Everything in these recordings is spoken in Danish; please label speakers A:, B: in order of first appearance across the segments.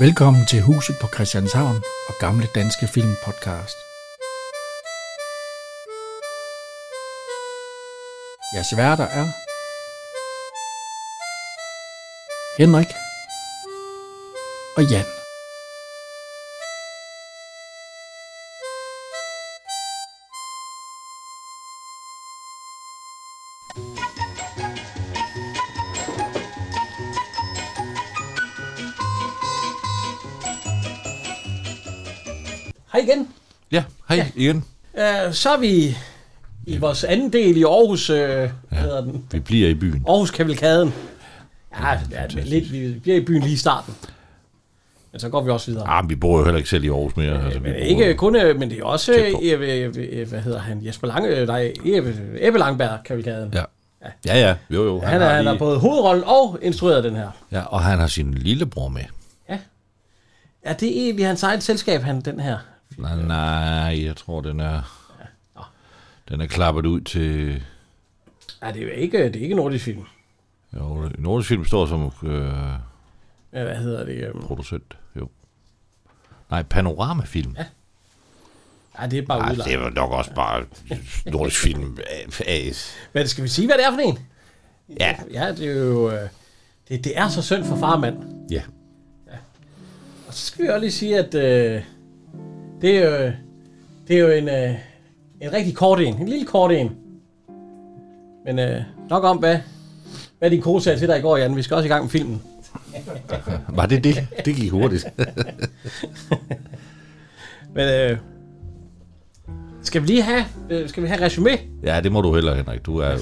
A: Velkommen til Huset på Christianshavn og Gamle Danske Film Podcast. Jeres værter er Henrik og Jan.
B: Hej igen.
C: Ja, hej ja. igen.
B: Uh, så er vi i vores anden del i Aarhus, uh, ja. hedder den.
C: Vi bliver i byen.
B: Aarhus Kavalkaden. Ja, ja altså lidt, vi bliver i byen lige i starten. Men så går vi også videre.
C: Ah, men vi bor jo heller ikke selv i Aarhus mere. altså, vi
B: Men
C: bor
B: ikke kun, øh, men det er også,
C: Tæt på.
B: øh, øh, øh, hvad hedder han, Jesper Lange, øh, nej, Ebbe, Ebbe Langberg, Kavalkaden.
C: Ja. ja, ja. Jo, jo.
B: Han, er,
C: har
B: han har
C: lige-
B: både hovedrollen og instrueret den her.
C: Ja, og han har sin lillebror med.
B: Er det egentlig hans eget selskab, han, den her?
C: Nej, nej, jeg tror, den er...
B: Nå.
C: Den er klappet ud til...
B: Ja, det er jo ikke, det er ikke nordisk film.
C: Jo, Nordisk Film står som øh,
B: Ja, Hvad hedder det? øhm,
C: producent, jo. Nej, Panoramafilm. Ja,
B: Ja, det er bare
C: Ej, Ah, det
B: udlagt.
C: er vel nok også bare Nordisk Film AS.
B: Men skal vi sige, hvad det er for en?
C: Ja,
B: Ja, det er jo... øh, Det, det er så synd for farmand.
C: ja.
B: Og så skal vi også lige sige, at øh, det, er jo, det er jo en, øh, en rigtig kort en. En lille kort en. Men øh, nok om, hvad, hvad din kone sagde til dig i går, Jan. Vi skal også i gang med filmen.
C: Var det det? Det gik hurtigt.
B: Men øh, skal vi lige have, øh, skal vi have resumé?
C: Ja, det må du heller, Henrik. Du er jo...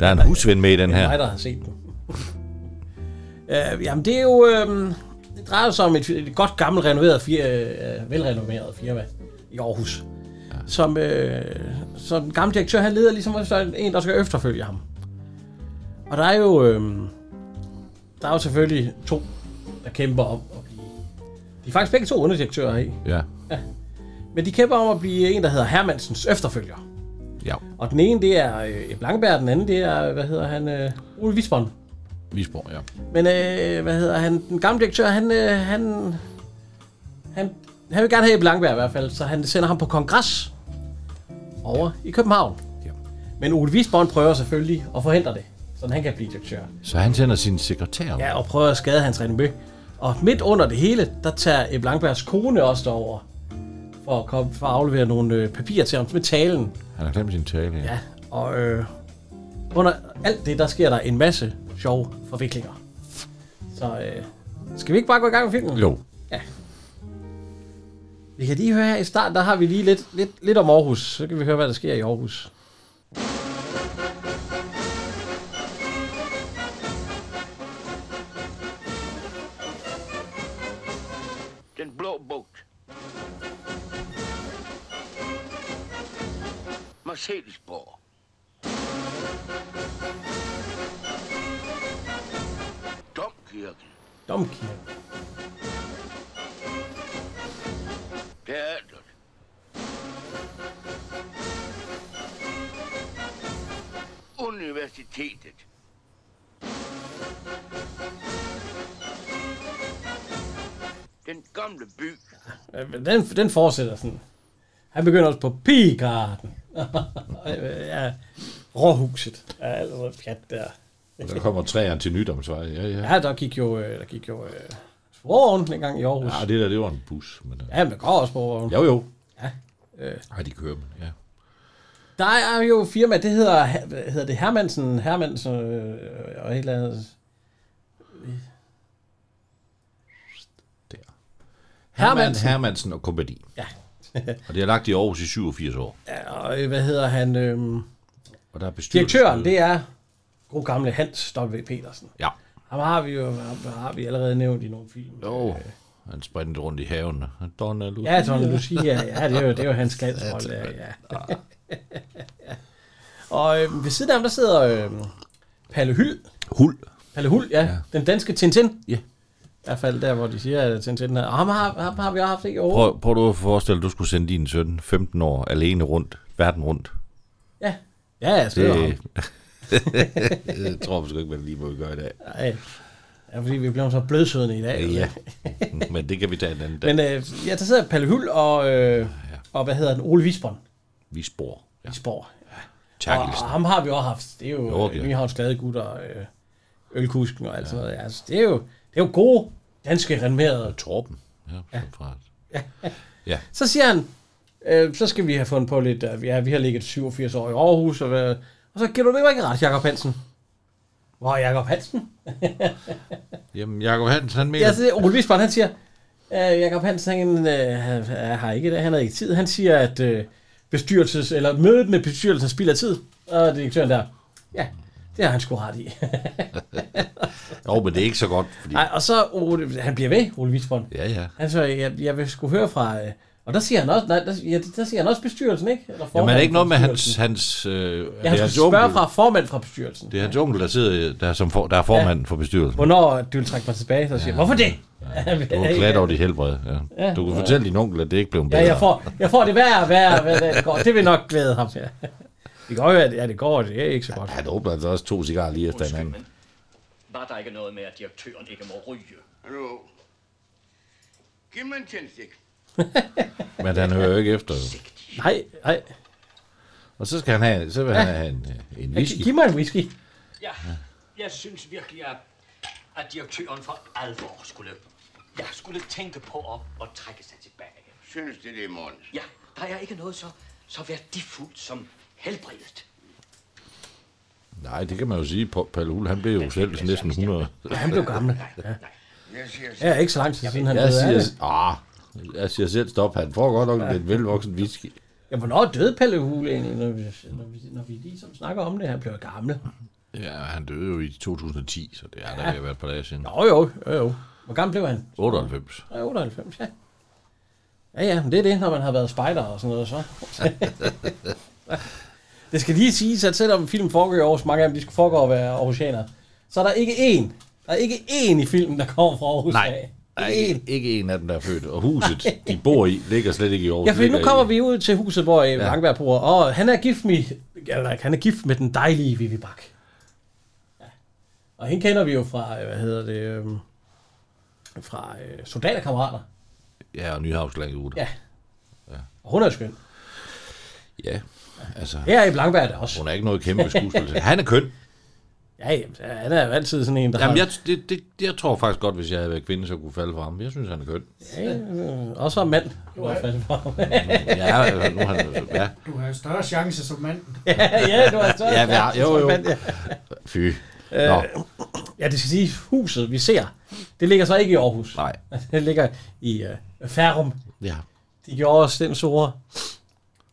C: Der er en husven med i den
B: Ja.
C: her.
B: Mig, der har set den. øh, jamen, det er jo... Øh, det drejer sig om et, et godt gammelt renoveret, fir, øh, velrenoveret firma i Aarhus. Ja. Som, øh, som den gamle direktør, han leder ligesom efter en, der skal efterfølge ham. Og der er jo... Øh, der er jo selvfølgelig to, der kæmper om at blive... De er faktisk begge to underdirektører i.
C: Ja.
B: Men de kæmper om at blive en, der hedder Hermansens efterfølger.
C: Ja,
B: Og den ene, det er øh, Ebbe Langberg, den anden, det er, hvad hedder han, øh, Ole Visbond.
C: Visborg, ja.
B: Men øh, hvad hedder han? Den gamle direktør, han, øh, han, han, han vil gerne have Ebbe Langberg i hvert fald, så han sender ham på kongres over i København.
C: Ja.
B: Men Ole Wiesborn prøver selvfølgelig at forhindre det, så han kan blive direktør.
C: Så han sender sin sekretær.
B: Ja, og prøver at skade hans renommé. Og midt under det hele, der tager Ebbe Langbergs kone også derover for at, komme, for at aflevere nogle øh, papirer til ham med talen.
C: Han har glemt sin tale. Ja.
B: Ja, og øh, under alt det, der sker der en masse sjove forviklinger. Så øh, skal vi ikke bare gå i gang med filmen?
C: Jo.
B: Vi kan lige høre her i starten, der har vi lige lidt, lidt, lidt om Aarhus. Så kan vi høre, hvad der sker i Aarhus.
D: Den blå bugt. Marcellesborg. Domkirken.
B: Domkirken.
D: Teatret. Universitetet. Den gamle by.
B: Øh, men Den, den fortsætter sådan. Han begynder også på Pigarden. ja, råhuset. Ja, altså pjat der.
C: Og der kommer træerne til nytårsvej. Ja, ja.
B: Ja, der gik jo, øh, der gik jo øh, sporvognen en gang i Aarhus.
C: Ja, det der, det var en bus. Men, øh,
B: Ja, men der går også sporvognen.
C: jo, jo.
B: Ja, øh.
C: Ej, de kører med. Ja.
B: Der er jo firma, det hedder, hvad hedder det Hermansen, Hermansen øh, og et eller andet.
C: Der. Herman
B: Hermansen.
C: Hermansen og kompagni.
B: Ja.
C: Og det har lagt i Aarhus i 87 år.
B: Ja, og øh, hvad hedder han? Øh,
C: Og der er bestyrelsen.
B: direktøren, det er god gamle Hans W. Petersen.
C: Ja.
B: Ham har vi jo ham har vi allerede nævnt i nogle film.
C: Jo. Han sprintede rundt i haven. Han Donna Lucia.
B: Ja, Tony Lucia, ja, det er jo, det er jo hans glansrolle, ja. ja. og øh, ved siden af ham, der sidder øh, Palle Hyld.
C: Hul.
B: Palle Hul, ja, ja. Den danske Tintin.
C: Ja.
B: I hvert fald der, hvor de siger, at Tintin er... Og ham har, ham har vi også haft i år.
C: Prøv, prøv du at forestille dig, at du skulle sende din søn 15 år alene rundt, verden rundt.
B: Ja, ja jeg skriver ham.
C: Det, det tror jeg måske ikke, man lige må gøre i dag.
B: Nej. Ja, fordi vi bliver så blødsødende i dag.
C: Ja. Men det kan vi tage en anden dag.
B: Men øh, ja, der sidder Palle Hul og, øh, og hvad hedder den? Ole Visborg.
C: vi spor. Ja.
B: Visborg. Og,
C: Terkelsen.
B: og ham har vi også haft. Det er jo
C: Jo, ja.
B: okay. Nyhavns Glade Gut og øh, Ølkusken og alt sådan noget. Altså, det, er jo, det er jo gode danske renommerede.
C: Torben. Ja, ja. Fra,
B: Så siger han, øh, så skal vi have fundet på lidt, øh, ja, vi har ligget 87 år i Aarhus, og, hvad, og så giver du det jo ikke ret, Jakob Hansen. Hvor er Jakob Hansen?
C: Jamen, Jacob Hansen, han mener...
B: Ja, så det, Ole Wiesbaden, han siger, øh, Jakob Hansen, han øh, han- han har ikke, han havde ikke tid. Han siger, at øh, bestyrelses, eller mødet med bestyrelsen spilder tid. Og direktøren der, ja, det har han sgu ret i.
C: Jo, men det er ikke så godt, fordi...
B: Ej, og så, Ole, han bliver ved, Ole Wiesbaden.
C: Ja, ja.
B: Han siger, jeg, jeg vil sgu høre fra, øh, og der siger han også, nej, der, ja, der siger han også bestyrelsen, ikke? Eller
C: Jamen, er
B: formanden
C: det ikke noget
B: for
C: med hans...
B: bestyrelsen.
C: hans øh, det
B: Ja,
C: er
B: han
C: hans
B: skulle spørge
C: onkel,
B: fra formand fra bestyrelsen.
C: det er hans onkel, der sidder, der er, som for, der er formanden for bestyrelsen.
B: Hvornår du vil trække mig tilbage, så siger ja. hvorfor det?
C: Du er klat over dit helbred. Ja.
B: Ja.
C: Du kan fortælle din onkel, at det ikke blev bedre.
B: Ja, jeg får, jeg får det værre og værre, og værre, det går. Det vil nok glæde ham. Ja. Det går jo, at ja, det går, og det er ikke så godt.
C: Han åbner altså også to cigarer lige efter
E: Undskyld,
C: hinanden.
E: men var der ikke noget med, at direktøren ikke må ryge?
D: Hallo. Giv mig en tændstik.
C: Men han hører jo ikke efter. jo.
B: Nej, nej.
C: Og så skal han have, så vil han have en, øh, en whisky.
B: Giv mig en whisky.
E: Ja, jeg synes virkelig, at, at direktøren for alvor skulle, ja, skulle tænke på at, at trække sig tilbage.
D: Synes det, det er i morgen?
E: Ja, der er ikke noget så, så værdifuldt som helbredet.
C: Nej, det kan man jo sige. Pa- Palle Hul, han blev jo selv næsten 100.
B: Han blev gammel. Ja.
D: Jeg siger
B: ja, ikke så lang tid siden, han
C: Jeg
B: døde af det.
C: siger, ah, jeg siger selv stop. Han får godt nok en velvoksen whisky.
B: Ja, hvornår døde Pelle Hule egentlig, når vi, når vi, når vi ligesom snakker om det? Han blev gammel.
C: Ja, han døde jo i 2010, så det er der ved at være et par dage siden.
B: Nå jo, jo, jo. Hvor gammel blev han?
C: 98.
B: Ja, 98, ja. Ja, ja, men det er det, når man har været spejder og sådan noget, så. det skal lige siges, at selvom filmen foregår i Aarhus, mange af dem, de skulle foregå at være Aarhusianere, så er der ikke én, der er ikke én i filmen, der kommer fra Aarhus
C: Nej,
B: af.
C: der er
B: Ikke
C: ikke,
B: én.
C: ikke en af dem, der er født. Og huset, de bor i, ligger slet ikke i Aarhus.
B: Ja, for
C: ligger
B: nu kommer
C: i-
B: vi ud til huset, hvor ja. Langberg bor, og han er gift med, eller, han er gift med den dejlige Vivi Bak. Ja. Og hende kender vi jo fra, øh, hvad hedder det, øhm, fra øh, soldaterkammerater.
C: Ja, og Nyhavsland ude.
B: Ja. Og hun er jo skøn.
C: ja. Altså,
B: Her i Langberg er det også.
C: hun er ikke noget kæmpe skuespiller. Han er køn.
B: Ja, jamen, han er jo altid sådan en, der
C: Jamen,
B: har...
C: jeg, det, det, jeg tror faktisk godt, hvis jeg havde været kvinde, så kunne falde for ham. Jeg synes, han er køn.
B: Jeg... øh, Også som mand. Du er fast for.
C: Ja, øh, nu er han, ja.
F: Du har jo større chance som mand.
B: ja, du er større.
C: Ja, ja, jo, jo.
B: Mand, ja.
C: Fy.
B: Øh.
C: Nå,
B: ja, det skal sige, huset, vi ser, det ligger så ikke i Aarhus.
C: nej.
B: Det ligger i uh, Færum.
C: Ja.
B: De gjorde os den store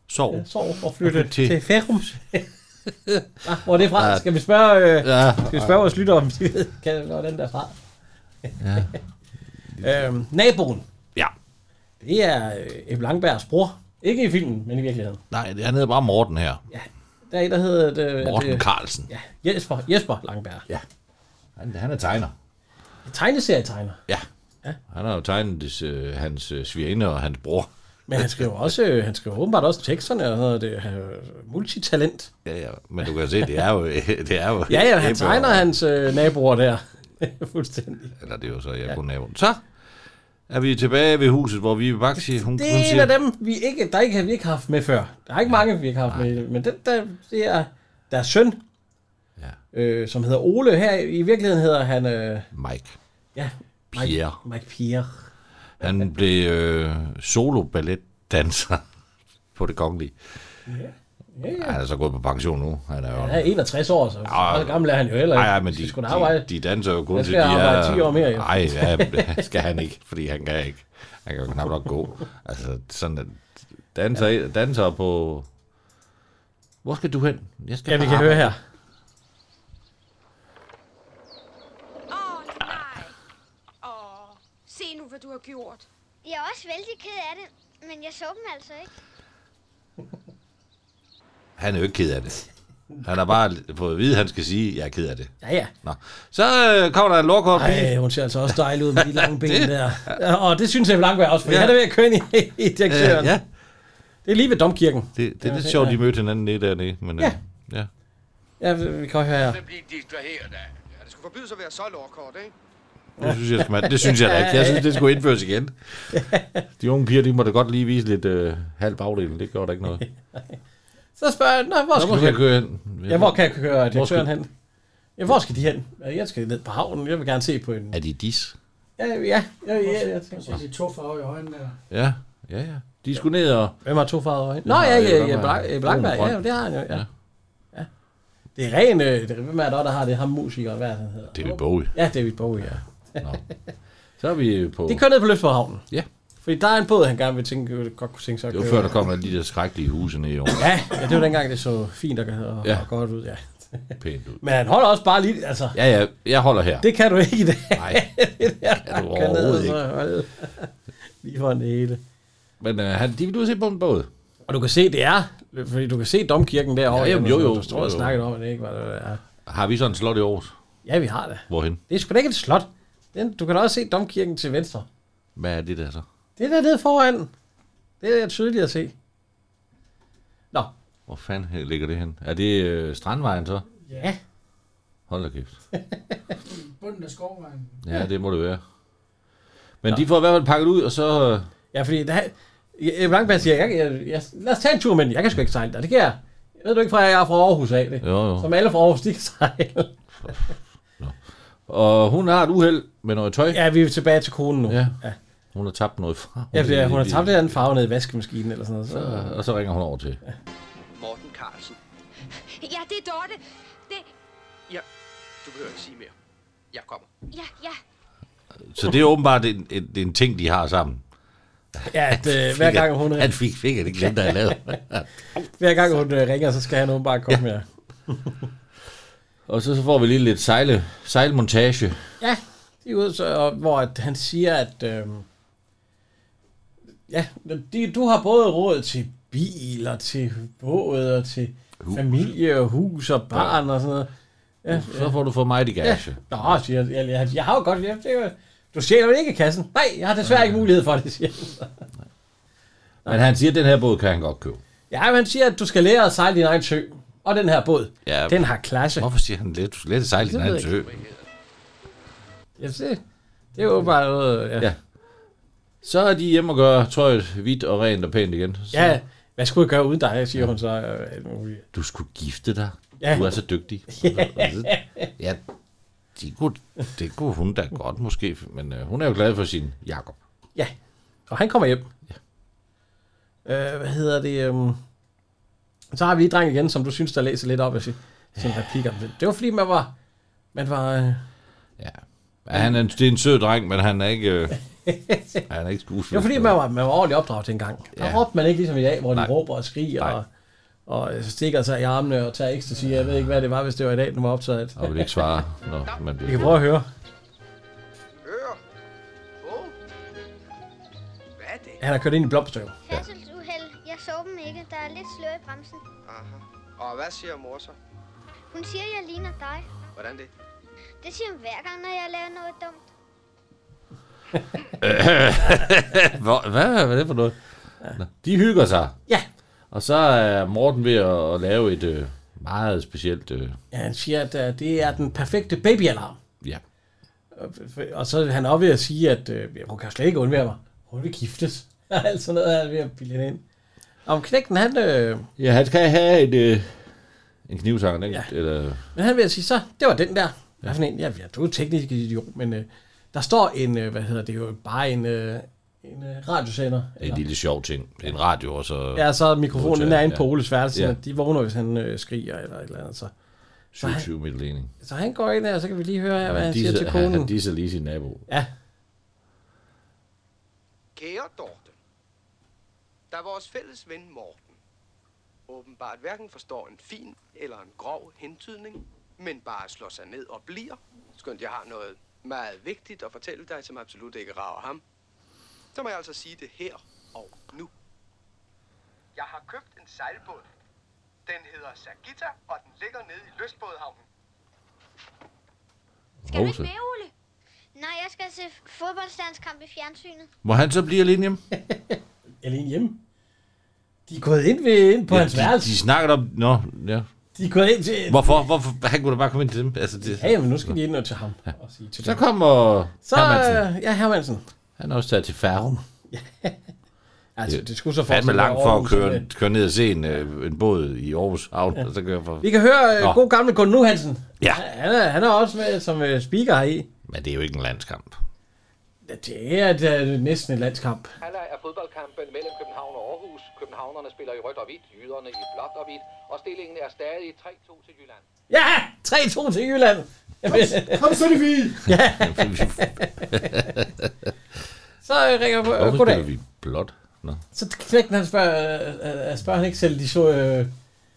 C: Sov.
B: sorg og flytte til,
C: Til-
B: til Færum. Ah, Hvor er det fra? Skal vi spørge, øh,
C: Ja,
B: skal vi spørge vores lytter, om de ved, kan- hvor den der er fra? Ja. øhm, naboen,
C: ja.
B: det er øh, Ebbe Langbergs bror. Ikke i filmen, men i virkeligheden.
C: Nej, han hedder bare Morten her.
B: Der er en, der hedder... øh, at, øh,
C: Morten Carlsen.
B: Ja, Jesper, Jesper Langberg. Ja.
C: Han, han er tegner.
B: Tegneserietegner.
C: Ja. Han har jo tegnet des, øh, hans øh, svigerinde og hans bror.
B: Men han skriver også, øh, han skriver åbenbart også teksterne og sådan noget. Det er øh, multitalent.
C: Ja, ja. Men du kan se, det er jo... Det er jo
B: Ja, ja, han
C: Ebbe
B: tegner
C: og-
B: hans øh, naboer der. Fuldstændig.
C: Eller det er jo så, jeg ja. kunne nævne. Så er vi tilbage ved huset, hvor vi er Baxi. Hun,
B: Det
C: hun
B: er en
C: siger,
B: af dem, vi ikke, der ikke, har- vi ikke har haft med før. Der er ikke mange, vi ikke har haft med, men den, der, det er deres søn,
C: Ja.
B: øh, som hedder Ole. Her i virkeligheden hedder han, øh,
C: Mike.
B: ja, Mike,
C: Pierre.
B: Mike Pierre.
C: Han blev øh, solo balletdanser på det kongelige. Ja. Ja. Han er så gået på pension nu. Han er jo...
B: Han er 61 år, så, så gammel er han jo heller ikke.
C: Nej, men
B: Skal
C: de,
B: sgu da
C: de,
B: arbejde.
C: de danser jo kun
B: Jeg
C: til de
B: skal arbejde
C: er...
B: 10 år mere, jo.
C: Nej, ja, det skal han ikke, fordi han kan ikke. Han kan jo knap nok gå. Altså, sådan at danser, ja. danser på... Hvor skal du hen? Jeg skal
B: Ja, vi
C: på
B: kan høre
C: arbejde.
B: her.
G: Åh, nej. Åh, se nu, hvad du har gjort.
H: Jeg er også vældig ked af det, men jeg så dem altså ikke.
C: Han er jo ikke ked af det. Han har bare fået at vide, at han skal sige, at jeg er ked af det.
B: Ja, ja.
C: Nå. Så øh, kommer der en lorkort.
B: Ej, hun ser altså også dejlig ud med de lange ben der. Ja, Og det synes jeg Langberg også, for ja. han er ved at køre ind i, i direktøren.
C: Øh,
B: Øh, ja.
C: ja,
B: Det er lige ved domkirken.
C: det, det er lidt sjovt, de mødte hinanden nede dernede. Men, øh,
B: Ja.
C: ja.
B: Ja, vi kan høre her.
D: Jeg bliver distraheret af.
I: Ja, det skulle forbydes at være så lovkort, ikke?
C: øh, Det synes jeg, skal man, det synes jeg da ikke. Jeg synes, det skulle indføres igen. De unge piger, de må da godt lige vise lidt øh, halv bagdel. Det gør da ikke noget.
B: Så spørger jeg, Nå, hvor
C: Så
B: skal
C: må
B: du
C: jeg
B: hen?
C: køre ind.
B: Ja, hvor kan jeg køre
C: Hvor skal-
B: direktøren hen? Ja, hvor skal de hen? Ja, Jeg skal ned på havnen. Jeg vil gerne se på en...
C: Er de dis?
B: Ja, ja, ja, ja, ja, ja.
F: Så de to farver i øjnene der.
C: Ja, ja, ja. De skulle ned og...
B: Hvem har to farver øjne? Nå,
C: har
B: ja,
C: jeg
B: ja,
C: godt
B: ja,
C: med.
B: Black, øh, Blackberg.
C: Brun,
B: Ja,
C: grøn.
B: det har han jo, ja.
C: Ja.
B: ja. Det er ren... øh, det- Hvem er der, der har det? Ham musikeren, hvad er det, han hedder?
C: Det er vi boge.
B: Ja, David Bowie, ja.
C: Nå. Så er vi på...
B: De kører ned på Løfborghavnen.
C: Ja.
B: Fordi der er en båd, han gerne vil tænke, godt kunne tænke sig at
C: Det var
B: købe.
C: før, der kom alle de der skrækkelige huse ned i år.
B: Ja, ja, det var dengang, det så fint og, og,
C: Ja.
B: ja. og godt ud, ja.
C: Pænt ud.
B: Men han holder også bare lige... Altså,
C: Ja, ja, jeg holder her.
B: det kan du ikke i dag.
C: Nej,
B: det der,
C: kan du
B: kan ned, altså.
C: overhovedet
B: så holde. Lige for det hele.
C: men øh, han, de vil ud og se på en båd.
B: Og du kan se, det er... Fordi du kan se domkirken derovre.
C: Ja, jamen, jo, jo,
B: Du tror, jeg
C: jo, jo.
B: snakket om, at det ikke var det, der er.
C: Har vi sådan en slot i Aarhus?
B: Ja, vi har det.
C: Hvorhen?
B: Det er sgu da ikke et slot. Den, du kan da også se domkirken til venstre.
C: Hvad er det der så?
B: Det er der nede foran. Det er tydeligt at se. Nå,
C: Hvor fanden ligger det hen? Er det øh, Strandvejen så?
B: ja.
C: Hold da kæft.
F: Bunden af skovvejen.
C: Ja, det må det være. Men de får i hvert fald pakket ud, og så... øh,
B: Ja, fordi der, jeg, jeg, Blankberg siger, jeg, jeg, jeg, lad os tage en tur med den. Jeg kan sgu ikke sejle der. Det kan jeg. Jeg ved du ikke fra, at jeg er fra Aarhus af det.
C: Jo, jo.
B: Som alle fra Aarhus, de kan sejle.
C: Og hun har et uheld med noget tøj.
B: Ja, vi er tilbage til konen nu.
C: Ja.
B: Ja,
C: Hun har tabt noget fra.
B: ja Ah. fordi hun har tabt en anden farve nede i vaskemaskinen eller sådan noget. Så.
C: Øh, Og så ringer hun over til.
E: Morten Carlsen.
G: Ja, det er Dorte. Det...
E: Ja, du behøver ikke sige mere. Jeg kommer.
G: Ja, ja.
C: Så det er åbenbart en, en, det er en ting, de har sammen.
B: Ja, at, øh, hver gang hun,
C: Han fik fingeren ikke glemt, at jeg lavede.
B: hver gang hun øh, ringer, så skal han åbenbart komme ja. her.
C: Og så, så får vi lige lidt sejle, sejlmontage.
B: Ja, de er ude, så, og, hvor at han siger, at... Øh, ja, de, du har både råd til bil, og til båd, og til hus. familie, og hus, og barn, og sådan noget. Ja,
C: Så får du for mig i gage.
B: Nå, siger jeg, jeg, jeg har jo godt... Jeg, det er jo, du stjæler vel ikke i kassen? Nej, jeg har desværre ikke mulighed for det, siger han.
C: Men han siger, at den her båd kan han godt købe.
B: Ja, men han siger, at du skal lære at sejle din egen sø. Og den her båd,
C: Ja.
B: ja, den har klasse.
C: Hvorfor siger han lidt? Du skal let sejle din
B: Det
C: egen
B: ved
C: sø.
B: Jeg ser, det er jo bare noget... Ja.
C: Ja. Så er de hjemme og gør tøjet hvidt og rent og pænt igen. Så
B: ja, hvad skulle jeg gøre uden dig, siger hun så. øh, alt muligt.
C: Du skulle gifte dig.
B: Ja.
C: Du er så dygtig. Altså, ja, det kunne, det kunne hun da godt måske, men øh, hun er jo glad for sin Jakob.
B: Ja, og han kommer hjem. Ja. Øh, hvad hedder det? Øhm, så har vi lige dreng igen, som du synes, der læser lidt op af sin, sin replikker. Det var fordi, man var... Man var øh,
C: Ja. ja han er, en- det er en sød dreng, men han er ikke, øh, han er ikke
B: det var
C: skuespiller.
B: fordi, man var, man var ordentligt opdraget dengang. Der
C: Ja.
B: ja. råbte man ikke ligesom i dag, hvor de
C: Nej.
B: råber og skriger
C: Nej.
B: og, og øh, stikker sig i armene og tager ekstra Jeg ved ikke, hvad det var, hvis det var i dag, den var optaget. af.
C: Og vil ikke svare, når man
B: Vi kan
C: bliver...
B: prøve at høre.
D: Hør. Åh. Hvad er det?
B: Han har kørt ind i blomstøv.
H: Færdselsuheld. Jeg så dem ikke. Der er lidt slør i bremsen.
D: Aha. Og hvad siger mor så?
H: Hun siger, jeg ligner dig.
D: Hvordan det?
H: Det siger hun hver gang, når jeg laver noget dumt.
C: Hvor- Hvad, hvad er det for noget? Nå, De hygger sig.
B: Ja.
C: Og så er Morten ved at, at lave et øh, meget specielt... Øh,
B: ja, han siger, at øh, det er den perfekte babyalarm.
C: ja.
B: Og så er han også ved at sige, at øh, hun kan slet ikke undvære mig. Hun vil giftes. Alt sådan noget er han ved at bilde hende ind. Om knægten, han, øh,
C: ja, han skal have et, øh, en knivsanger, ikke? Ja.
B: Ja.
C: Eller,
B: men han vil at sige, så det var den der. Hvad for en? Ja, ja, du er teknisk idiot, men øh, der står en, øh, hvad hedder det jo, bare en, øh, en øh, radiosender.
C: det er en lille sjov ting. Det er en radio, og så ja.
B: Ja, så er mikrofonen den er inde på
C: Ja.
B: Oles værelse,
C: Ja.
B: ja. de vågner, hvis han øh, skriger eller et eller andet. Så,
C: 27 meter ledning.
B: så han går ind her, og så kan vi lige høre, her, hvad han siger til
C: han, han
B: konen.
C: disser lige sin nabo.
B: Ja,
D: Kære Dorte, da vores fælles ven Morten åbenbart hverken forstår en fin eller en grov hentydning, men bare slår sig ned og bliver, skønt jeg har noget meget vigtigt at fortælle dig, som absolut ikke rager ham, så må jeg altså sige det her og nu. Jeg har købt en sejlbåd. Den hedder Sagita, og den ligger nede i Lystbådhavnen.
G: Skal du ikke
C: Rose.
G: med, Ole?
H: Nej, jeg skal se fodboldlandskamp i fjernsynet.
C: Må han så blive alene hjemme?
B: alene hjemme. De er gået ind, ved, ind på ja, hans
C: de,
B: værelse.
C: de snakker om... Nå, ja.
B: De De er gået ind til...
C: Hvorfor? Hvorfor? Han kunne da bare komme ind til dem. Altså, det...
B: Ja, jamen, nu skal de ind og til ham. Og sige til
C: Så
B: dem.
C: kommer
B: Så,
C: Hermansen.
B: øh, ja, Hermansen.
C: Han er også taget til Færgen.
B: Altså, det, skulle så
C: Fandme langt for at
B: Aarhus,
C: køre,
B: øh.
C: køre ned og se en, øh, en båd i Aarhus Havn, ja. og så køre for...
B: Vi kan høre øh,
C: Nå.
B: god gamle Gunn Nu Hansen.
C: Ja,
B: Han er, han er også med som øh, speaker her i.
C: men det er jo ikke en landskamp.
B: Øh, Det er, det er næsten en landskamp.
I: Halvleg er fodboldkampen mellem København og Aarhus. Københavnerne spiller i rødt og hvidt, jyderne i blåt og hvidt, og stillingen er stadig 3-2 til Jylland.
B: Ja! 3-2 til Jylland. Jamen,
F: Kom så, det vi!
B: så øh, ringer jeg på. Øh,
C: Hvorfor spiller
B: goddag.
C: vi blot? Nå.
B: Så knækken han spørger, øh, øh, spørger han ikke selv, de så... Øh,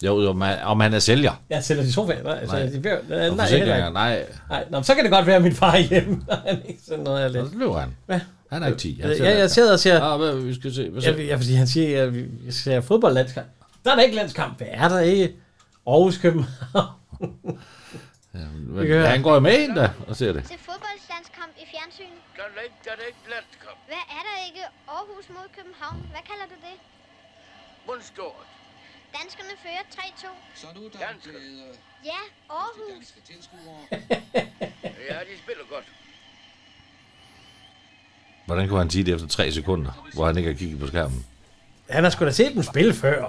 C: Jo, om han, om han er sælger.
B: ja, sælger de sofaer. Nej, altså,
C: Nej.
B: de bliver, øh,
C: Og
B: nej, heller
C: forsikringer,
B: ikke.
C: nej.
B: Nej, nå, men så kan det godt være, at min far er hjemme. når han ikke sådan noget, jeg
C: Og
B: lidt.
C: så løber han.
B: Hvad?
C: Han er ikke 10. Han
B: Ja, jeg sidder og siger...
C: Ah, hvad, vi skal se. Hvad så?
B: Ja, vi- ja, fordi han siger, at vi vi ser fodboldlandskamp. Der er der ikke landskamp. Hvad er der ikke? Aarhus København. kan
C: Men,
B: høre.
C: han går jo med ind der og ser det.
H: Til fodboldslandskamp i fjernsynet.
E: Der er ikke, der er ikke landskamp.
H: Hvad er der ikke Aarhus mod København? Hvad kalder du det?
E: Mundstort.
H: Danskerne fører 3-2.
I: Så nu der
E: Dansker.
H: Ja, Aarhus.
I: tilskuere.
E: Ja, de spiller godt.
C: Hvordan kunne han sige det efter tre sekunder, hvor han ikke har kigget på skærmen?
B: Han har sgu da set dem spille før.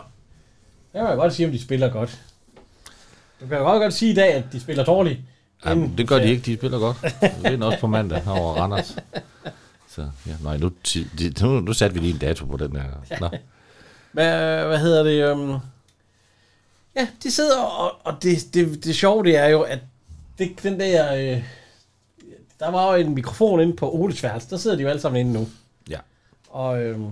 B: Det kan jeg godt sige, om de spiller godt. Du kan jo godt, godt sige i dag, at de spiller dårligt.
C: Jamen, det gør de ikke. De spiller godt. Vi vinder også på mandag her over Randers. Så, ja, nej, nu, ti- de- nu, nu satte vi lige en dato på den her. Nå.
B: Hvad, hvad hedder det? øhm, Ja, de sidder, og, og det, det, det sjove det er jo, at det, den der... Øh, der var jo en mikrofon inde på Oles værelse. Der sidder de jo alle sammen inde nu.
C: Ja.
B: Og øhm,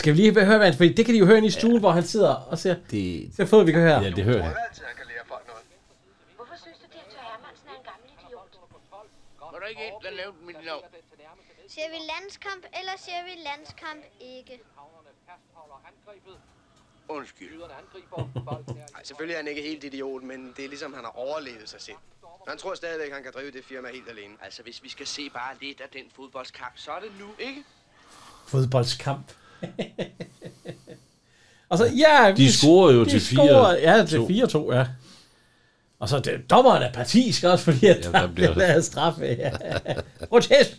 B: skal vi lige høre, hvad han Fordi det kan de jo høre inde i stuen, ja. hvor han sidder og ser,
C: Det,
B: ser fod, vi kan høre.
C: ja, det hører jeg.
D: altid, han kan lære folk noget.
G: Hvorfor synes du, direktør Hermansen er en gammel idiot?
E: Var der ikke en, der nævnte mit navn?
H: Ser vi landskamp, eller ser vi landskamp ikke?
E: Undskyld.
D: Nej, selvfølgelig er han ikke helt idiot, men det er ligesom, han har overlevet sig selv. Han tror stadigvæk, han kan drive det firma helt alene.
E: Altså, hvis vi skal se bare lidt af den fodboldskamp, så er det nu, ikke?
B: fodboldskamp. og så, ja, vi-
C: De scorede jo
B: de
C: til
B: scorede- Ja, til
C: 4-2.
B: 4-2, ja. Og så det, dommeren er partisk også, fordi at
C: Ja,
B: ja,
C: der
B: der
C: bliver-
B: bliver den der straffe. Ja. Protest!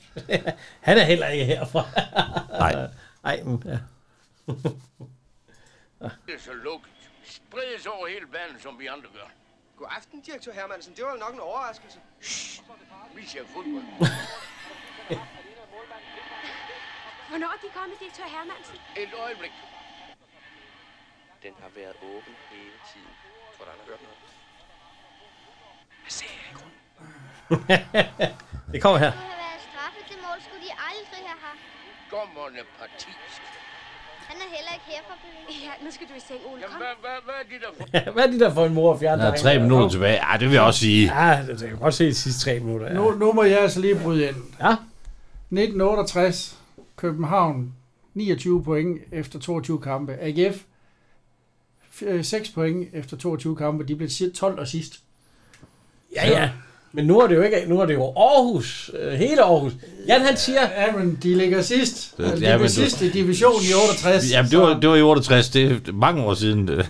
B: Han er heller ikke herfra.
C: Nej.
B: Ej, men, ja.
E: Det er så lukket. Spredes over hele verden, som vi andre gør.
D: God aften, direktør Hermansen. Det var jo nok en overraskelse.
E: Vi ser fodbold.
G: Hvornår er de kommet, direktør Hermansen?
E: Et øjeblik.
D: Den har været åben hele tiden. Tror du, han har hørt noget? Hvad sagde jeg i grunden?
B: Det kommer her.
H: Det har været straffet til mål, skulle de aldrig have haft.
E: Dommerne partisk.
H: Han er heller ikke her fra byen.
G: Ja, nu skal du i seng, Ole.
E: Jamen,
G: Kom.
E: hvad, hvad, hvad er det der for?
B: Hvad er de der for en mor og fjerne?
C: Der er tre minutter tilbage. Ej, det vil jeg også sige.
B: Ja, det, det kan godt se de sidste tre minutter.
F: Nu,
B: Ja.
F: nu må jeg altså lige bryde ind.
B: Ja.
F: 1968, København, 29 point efter 22 kampe. AGF, 6 point efter 22 kampe. De blev 12 og sidst.
B: ja, ja. Men nu er det jo ikke, nu er det jo Aarhus, øh, hele Aarhus. Jan han siger,
F: Ja, men de ligger sidst.
C: Ja,
F: Altså,
C: men
F: de blev
C: du-
F: sidst i divisionen i 68.
C: Jamen, det var, det var i 68. Det er mange år siden.
F: så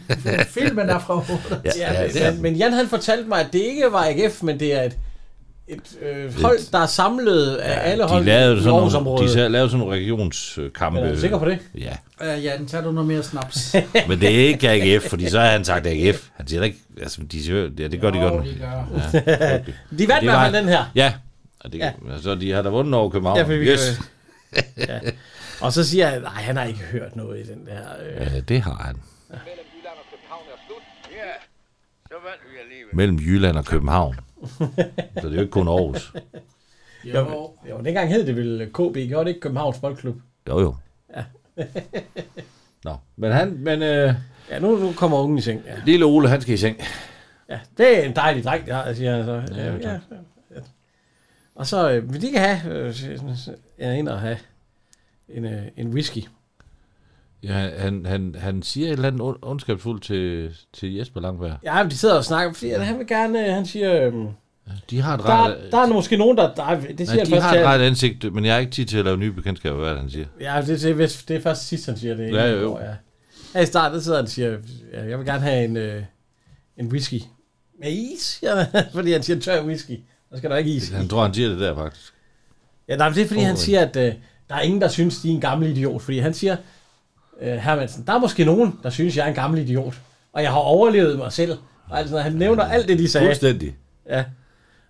F: Filmen er fra Aarhus.
B: Ja,
C: ja,
B: ja,
C: det er
B: men, men Jan han fortalte mig, at det ikke var AGF, men det er et, et øh, hold, der er samlet af ja, alle hold
C: de lavede
B: i
C: sådan nogle,
B: Aarhusområdet.
C: de sa- lavede sådan nogle regionskampe.
B: Er du sikker på det?
C: Ja,
F: Ja, Jan, tag du noget mere snaps.
C: men det er ikke AGF, fordi så har han sagt AGF. Han siger da ikke, altså, de siger, ja, det gør de
F: Åh,
C: godt nu.
F: de gør.
B: De vandt i
C: Det
B: hvert
C: var-
B: fald den her.
C: Ja, og det, så de har da vundet over København.
B: Ja, fordi vi-
C: yes.
B: Og så siger han, nej, han har ikke hørt noget i den der... Øh.
C: ja, det har han.
I: Mellem Jylland og København er slut.
E: Ja, så vandt vi alligevel.
C: Mellem Jylland og København. Så det er jo ikke kun Aarhus.
F: Jo.
B: Jo, dengang hed det vel KB, gjorde det ikke Københavns Boldklub?
C: Jo, jo. Nå, men han, men øh,
B: Ja, nu, nu kommer ungen i seng. Ja.
C: lille Ole, han skal i seng.
B: ja, det er en dejlig dreng, det har, siger han så. Ja, ja, ja. Og så øh, vil de ikke have øh, en, en at have en, øh, en whisky.
C: Ja, han, han, han siger et eller andet ond- ondskabsfuldt til, til Jesper Langberg.
B: Ja, men de sidder og snakker, fordi at han vil gerne, øh, han siger, øh,
C: De har et ret,
B: der, der er måske nogen, der... der det siger
C: nej,
B: han
C: de
B: først
C: har
B: til,
C: et
B: at-
C: ret ansigt, men jeg har ikke tid til at lave nye bekendtskaber, hvad er det, han siger.
B: Ja, det, det, er vist- det er først sidst, han siger det.
C: Ja,
B: ikke?
C: jo.
B: Hvor, Ja. Her i starten der sidder han og siger, ja, jeg vil gerne have en, øh, en whisky. Med is? Ja, fordi han siger tør whisky. Der skal der ikke is i.
C: Han tror, han siger det der, faktisk.
B: Ja, nej, men det er fordi, han
C: Forud.
B: siger, at øh, der er ingen, der synes, de er en gammel idiot. Fordi han siger, øh, Hermansen, der er måske nogen, der synes, jeg er en gammel idiot. Og jeg har overlevet mig selv. Og altså, han nævner alt det, de sagde.
C: Fuldstændig.
B: Ja.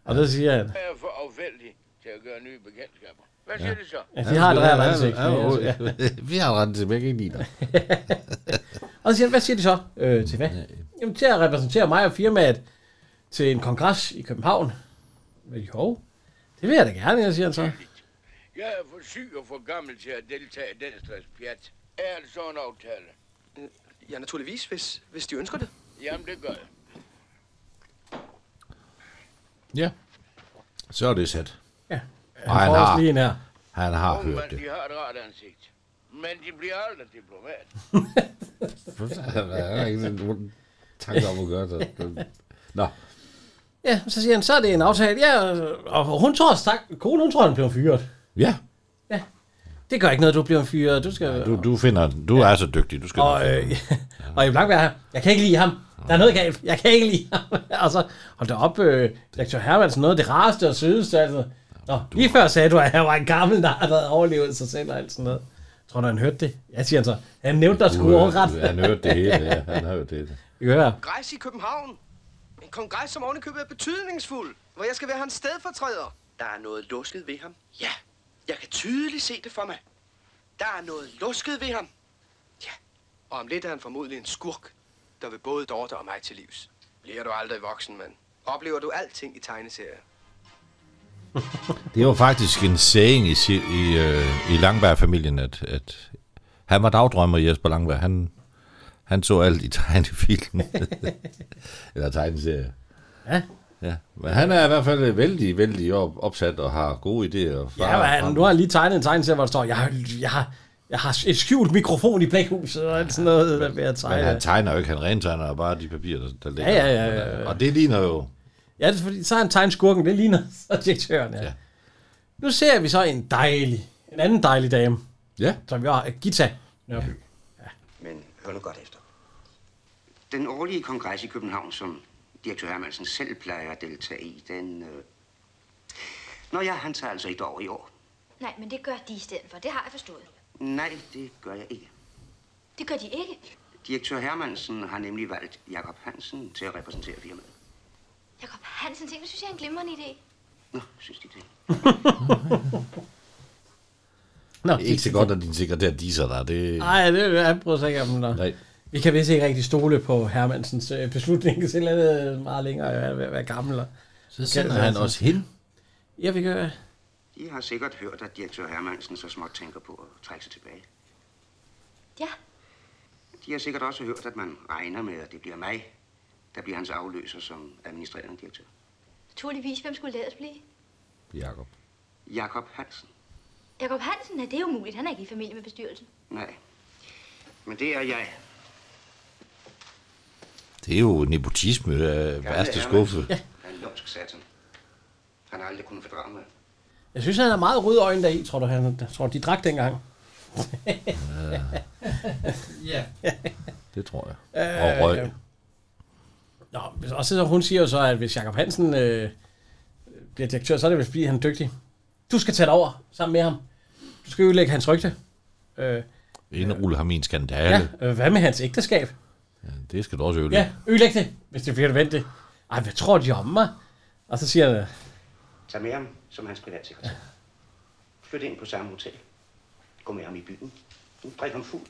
B: Og så siger han,
I: Jeg er for afvældig til at gøre nye bekendtskaber. Hvad siger ja. det så?
B: at de har et
C: Ja,
B: rart
C: ja,
B: ansigt.
C: ja,
B: Ja,
C: ja. Vi har ret til begge nitter.
B: Og så siger han, hvad siger de så? Øh, til hvad? Jamen til at repræsentere mig og firmaet til en kongres i København. Men jo, det vil jeg da gerne, jeg siger han så.
I: Jeg er for syg og for gammel til at deltage i den slags pjat. Er det så en aftale?
D: Ja, naturligvis, hvis, hvis de ønsker det.
I: Jamen, det gør jeg.
C: Ja. Så er det sæt.
B: Han
C: Ej,
B: får
C: nej.
B: også lige en her.
C: Han har
I: Ungmænd,
C: hørt det.
I: de har et rart ansigt. Men de bliver aldrig diplomat.
C: Han har ikke sådan nogen tanker om at gøre det. Nå,
B: Ja, så siger han, så er det en aftale. Ja, og hun tror, stak, konen, hun tror, han bliver fyret.
C: ja.
B: Det gør ikke noget, du bliver fyret. Du skal...
C: Du, du finder den. Du er så dygtig. Du skal nok
B: og,
C: finde
B: øh,
C: den.
B: og jeg vil ikke være her. Jeg kan ikke lide ham. Der er noget galt. Jeg kan ikke lide ham. og så, hold da op, øh, direktør Hermansen, noget af det rareste og sødeste. Altså. Nå, lige før sagde du, at han var en gammel nar, der havde overlevet sig selv og alt sådan noget. Tror du, han hørte det? Ja, siger han så. Han nævnte dig sgu
C: Du, øh,
B: overret.
C: Han hørte det hele. Ja. Han har hørt det hele.
B: Vi hører.
D: Græs i København. En kongres, som ovenikøbet er betydningsfuld, hvor jeg skal være hans stedfortræder. Der er noget lusket ved ham. Ja, jeg kan tydeligt se det for mig. Der er noget lusket ved ham. Ja, og om lidt er han formodentlig en skurk, der vil både Dorte og mig til livs. Bliver du aldrig voksen, mand? Oplever du alting i tegneserier?
C: Det var faktisk en saying i, si- i, øh, i Langberg-familien, at, at han var dagdrømmer Jesper Langberg. Han, han så alt i tegnefilmen. Eller tegneserie.
B: Ja.
C: ja. Men han er i hvert fald vældig, vældig op- opsat og har gode idéer. Far,
B: Ja, men han, nu har han lige tegnet en tegn til, hvor der står, jeg, har- jeg, har, jeg har et skjult mikrofon i blækhuset og alt sådan noget, der ved at
C: men
B: tegne.
C: han tegner jo ikke, han rentegner bare de papirer, der, der ligger.
B: ja, ja, ja, ja.
C: Og det ligner jo...
B: Ja, det er fordi, så har han tegnet skurken. Det ligner så direktøren, ja.
C: Ja.
B: ja. Nu ser vi så en dejlig, en anden dejlig dame,
C: Ja,
B: som jo har Øh, Gita Nørby.
J: Men hør nu godt efter. Den årlige kongres i København, som direktør Hermansen selv plejer at deltage i, den... Øh... Nå ja, han tager altså ikke over i år.
H: Nej, men det gør de i stedet for. Det har jeg forstået.
J: Nej, det gør jeg ikke.
H: Det gør de ikke.
J: Direktør Hermansen har nemlig valgt Jakob Hansen til at repræsentere firmaet.
H: Jakob Hansen ting, det synes jeg er en glimrende idé.
J: Nå, synes de det?
B: Nå,
C: det er ikke så godt, at din sekretær diser dig. Det,
B: Nej, det er han prøver sig ikke om der.
C: nej.
B: Vi kan vist ikke rigtig stole på Hermansens øh, beslutning, til han er øh, meget længere jeg er ved at være gammel. øh, og-
C: Så sender han også hende.
B: Ja, vi gør.
J: De har sikkert hørt, at direktør Hermansen så småt tænker på at trække sig tilbage.
H: Ja,
J: De har sikkert også hørt, at man regner med, at det bliver mig, der bliver hans afløser som administrerende direktør.
H: naturligvis. Hvem skulle det ellers blive?
C: Jakob.
J: Jakob Hansen.
H: Jakob Hansen? Nej, det er umuligt. Han er ikke i familie med bestyrelsen.
J: Nej. Men det er jeg.
C: Det er jo nepotisme af værste
J: Hermansen.
C: skuffe.
J: Han er en lumsk satan. Han har aldrig kunnet fordrage mig.
B: Jeg synes, han er meget rød øjne deri, tror du, han, tror du, de drak dengang.
C: Det tror jeg. Og røg.
B: Nå, og så hun siger jo så, at hvis Jakob Hansen øh, bliver direktør, så er det vel fordi, han er dygtig. Du skal tage det over sammen med ham. Du skal ødelægge hans rygte. Øh,
C: Indrulle ham i en skandale.
B: ja, øh, hvad med hans ægteskab?
C: Det skal du også øve
B: Ja, ødelæg det, hvis det bliver nødvendigt. Ej, hvad tror de om mig? Og så siger han,
J: Tag med ham som hans privatsekretær. Flyt ind på samme hotel. Gå med ham i byen. Drik ham fuld.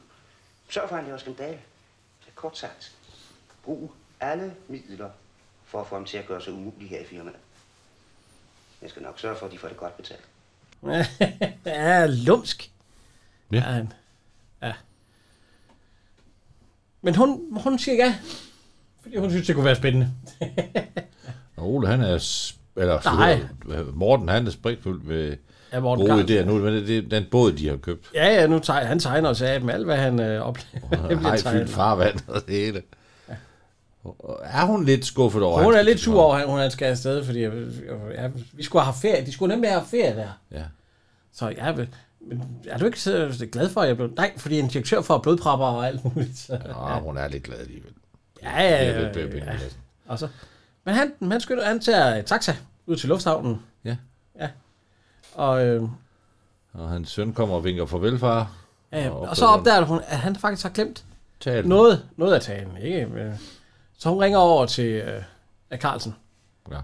J: Sørg for, at han laver skandale. Så kort sagt, brug alle midler for at få ham til at gøre sig umulig her i firmaet. Jeg skal nok sørge for, at de får det godt betalt.
B: ja, lumsk.
C: Ja.
B: Er han. Ja. Men hun, hun siger ja, fordi hun synes, det kunne være spændende.
C: Og Ole, han er... s- Eller,
B: Nej.
C: Nej. Morten, han er spritfuld med
B: Ja,
C: Morten gode idéer nu. Men det, det er den båd, de har købt.
B: Ja, ja, nu tegner, han tegner os af med alt, hvad han øh, oplever.
C: Han har fyldt farvand og det hele. Og Er hun lidt skuffet over
B: Hun
C: hans
B: er lidt
C: beslutning?
B: sur over, at hun- han skal afsted, fordi øh, ja, vi skulle have haft ferie. De skulle nemlig have haft ferie der.
C: Ja.
B: Så jeg vil, men er du ikke så glad for, at jeg blev... Nej, fordi en direktør får blodpropper og alt muligt. Så.
C: Nå, hun er lidt glad alligevel.
B: Ja, ja,
C: Det er
B: ja,
C: lidt bøb i
B: ja.
C: næsen.
B: Og så. Men han, han, skynder, han tager øh, taxa ud til lufthavnen.
C: Ja.
B: Ja. Og, øh,
C: Og hans søn kommer og vinker farvel, far.
B: ja, øh, og, og så opdager hun, at han faktisk har glemt
C: Talen.
B: noget, noget af talen. Ikke? Men, Så hun ringer over til øh, af Carlsen.
C: Ja.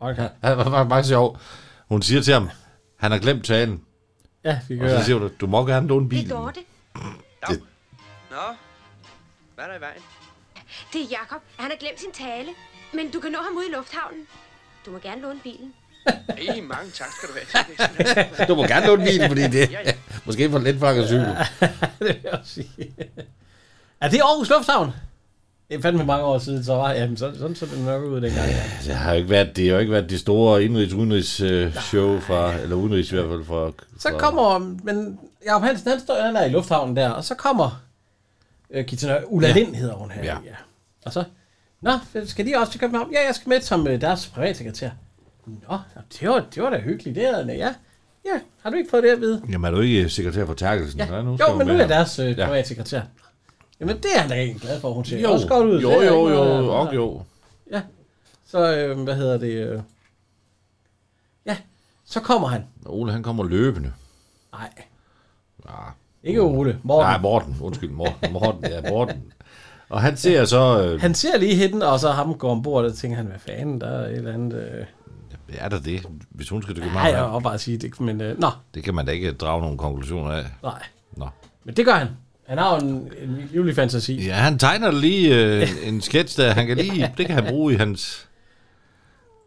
B: Okay.
C: Han var faktisk meget sjov. Hun siger til ham, han har glemt talen.
B: Ja, vi
C: Og
B: gør
C: så siger du, du må gerne låne bilen.
G: Dorte.
D: Nå, hvad er der i vejen?
G: Det er Jakob. Han har glemt sin tale. Men du kan nå ham ude i lufthavnen. Du må gerne låne bilen.
D: Ej, mange tak skal du have.
C: Du må gerne låne bilen, fordi det
D: Ja,
C: er
D: ja.
C: måske for lidt fucking cykel.
B: det vil jeg også sige. Er det Aarhus Lufthavn? Det er fandme mange år siden, så var jamen, sådan, sådan så det nok ud dengang. Ja.
C: Det har jo ikke været, det har jo ikke været det store indrigs-udenrigs øh, show fra, eller udenrigs i hvert fald fra...
B: Så
C: fra-
B: kommer, men Jacob Hansen, han, står, han er i lufthavnen der, og så kommer øh, Kitana Ulla ja. Lind, hedder hun her.
C: Ja.
B: ja. Og så, nå, skal de også til København? Ja, jeg skal med som øh, deres privatsekretær. Nå, det var, det var da hyggeligt, det her, ja. Ja, har du ikke fået det at vide?
C: Jamen er du ikke sekretær for Terkelsen?
B: Ja.
C: Nej, nu skal
B: jo,
C: hun
B: men nu
C: med
B: er
C: her.
B: deres øh,
C: Ja.
B: privatsekretær. Jamen, det er han da ikke glad for, hun ser
C: Jo,
B: også godt ud.
C: jo,
B: Det er
C: jo,
B: ikke noget,
C: jo,
B: der-
C: og jo.
B: Ja. Så, øh, hvad hedder det? Øh... Ja, så kommer han.
C: Og Ole, han kommer løbende.
B: Nej,
C: Ah,
B: ikke Ole. Morten.
C: Nej, Morten. Undskyld, Morten. Morten, ja, Morten. Og han ser så... Øh,
B: Han ser lige hende, og så ham går ombord, og så tænker han, hvad fanden, der er et eller andet... Øh...
C: er der det? Hvis hun skal til
B: Nej,
C: København,
B: jeg
C: ja.
B: var bare at sige det, men... Øh... Nå,
C: det kan man da ikke drage nogle konklusioner af.
B: nej.
C: Nå.
B: Men det gør han. Han har jo en, en livlig fantasi.
C: Ja, han tegner lige øh, en sketch, der han kan lige... Det kan han bruge i hans...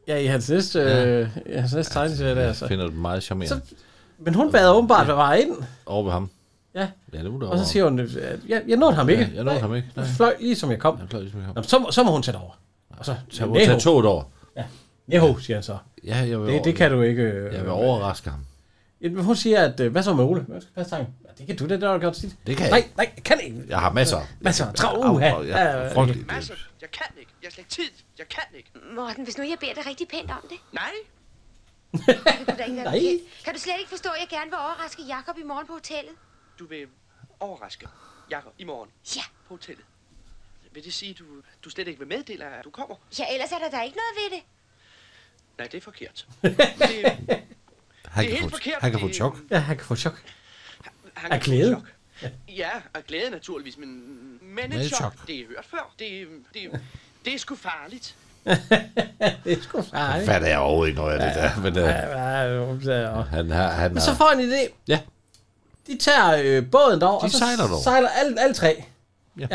B: Ja, i hans næste, øh, i hans næste tegneserie der,
C: Jeg
B: så.
C: finder det meget charmerende.
B: Så- Men hun bader åbenbart ja. bare ind,
C: Over ved ham.
B: Ja.
C: Ja, det var
B: og så siger hun, øh, at jeg, jeg nådde ham ikke.
C: Ja, jeg nåede ham ikke. Nej.
B: Jeg fløj lige som jeg kom.
C: Han plejer ligesom at
B: Nå, så, må- så må hun sætte over. Og så,
C: Han må tage toget over.
B: Neho, siger han så.
C: Ja, jeg vil,
B: Det, det kan du ikke... øh,
C: Jeg vil overraske ham.
B: Ja, men Hun siger, at øh, hvad så med Ole? Hvad skal passe tanken? Ja, det kan du, det der godt sige.
C: Det kan jeg
B: Nej,
C: ikke.
B: nej, jeg kan ikke.
C: Jeg har masser.
B: Masser af travl, uha.
C: Jeg- jeg- jeg-
B: Ja,
C: Frygteligt.
D: Masser, Altså, jeg kan ikke. Jeg har slet ikke tid. Jeg kan ikke.
G: Morten, hvis nu jeg beder dig rigtig pænt om det,
D: Nej,
G: kan du da ikke være
B: Nej.
G: bekendt. Kan du slet ikke forstå, at jeg gerne vil overraske Jakob i morgen på hotellet?
D: du vil overraske Jakob i morgen
G: Ja,
D: på hotellet. Vil det sige, du, du slet ikke vil meddele, at du kommer?
G: ja ellers er der da ikke noget ved det.
D: Nej, det er forkert. Det,
C: Han
D: Det er
C: kan,
D: helt
C: få,
D: forkert,
C: han kan få
D: det-
C: chok.
B: Ja, han kan få chok.
D: han kan
B: Af
D: få
B: glæde?
D: chok. Ja, af glæde naturligvis, men, men
C: Med
D: et chok,
C: chok.
D: det er hørt før. Det, det, det er sgu farligt.
B: Det er sgu farligt.
C: Hvad er overhovedet ikke noget af det der? Men, øh,
B: Ja, hun sagde, og-
C: han har... Han
B: Men
C: har
B: så får han en idé.
C: Ja.
B: De tager øh, båden derover,
C: De
B: og så
C: sejler derover.
B: sejler alle, alle tre.
C: Ja.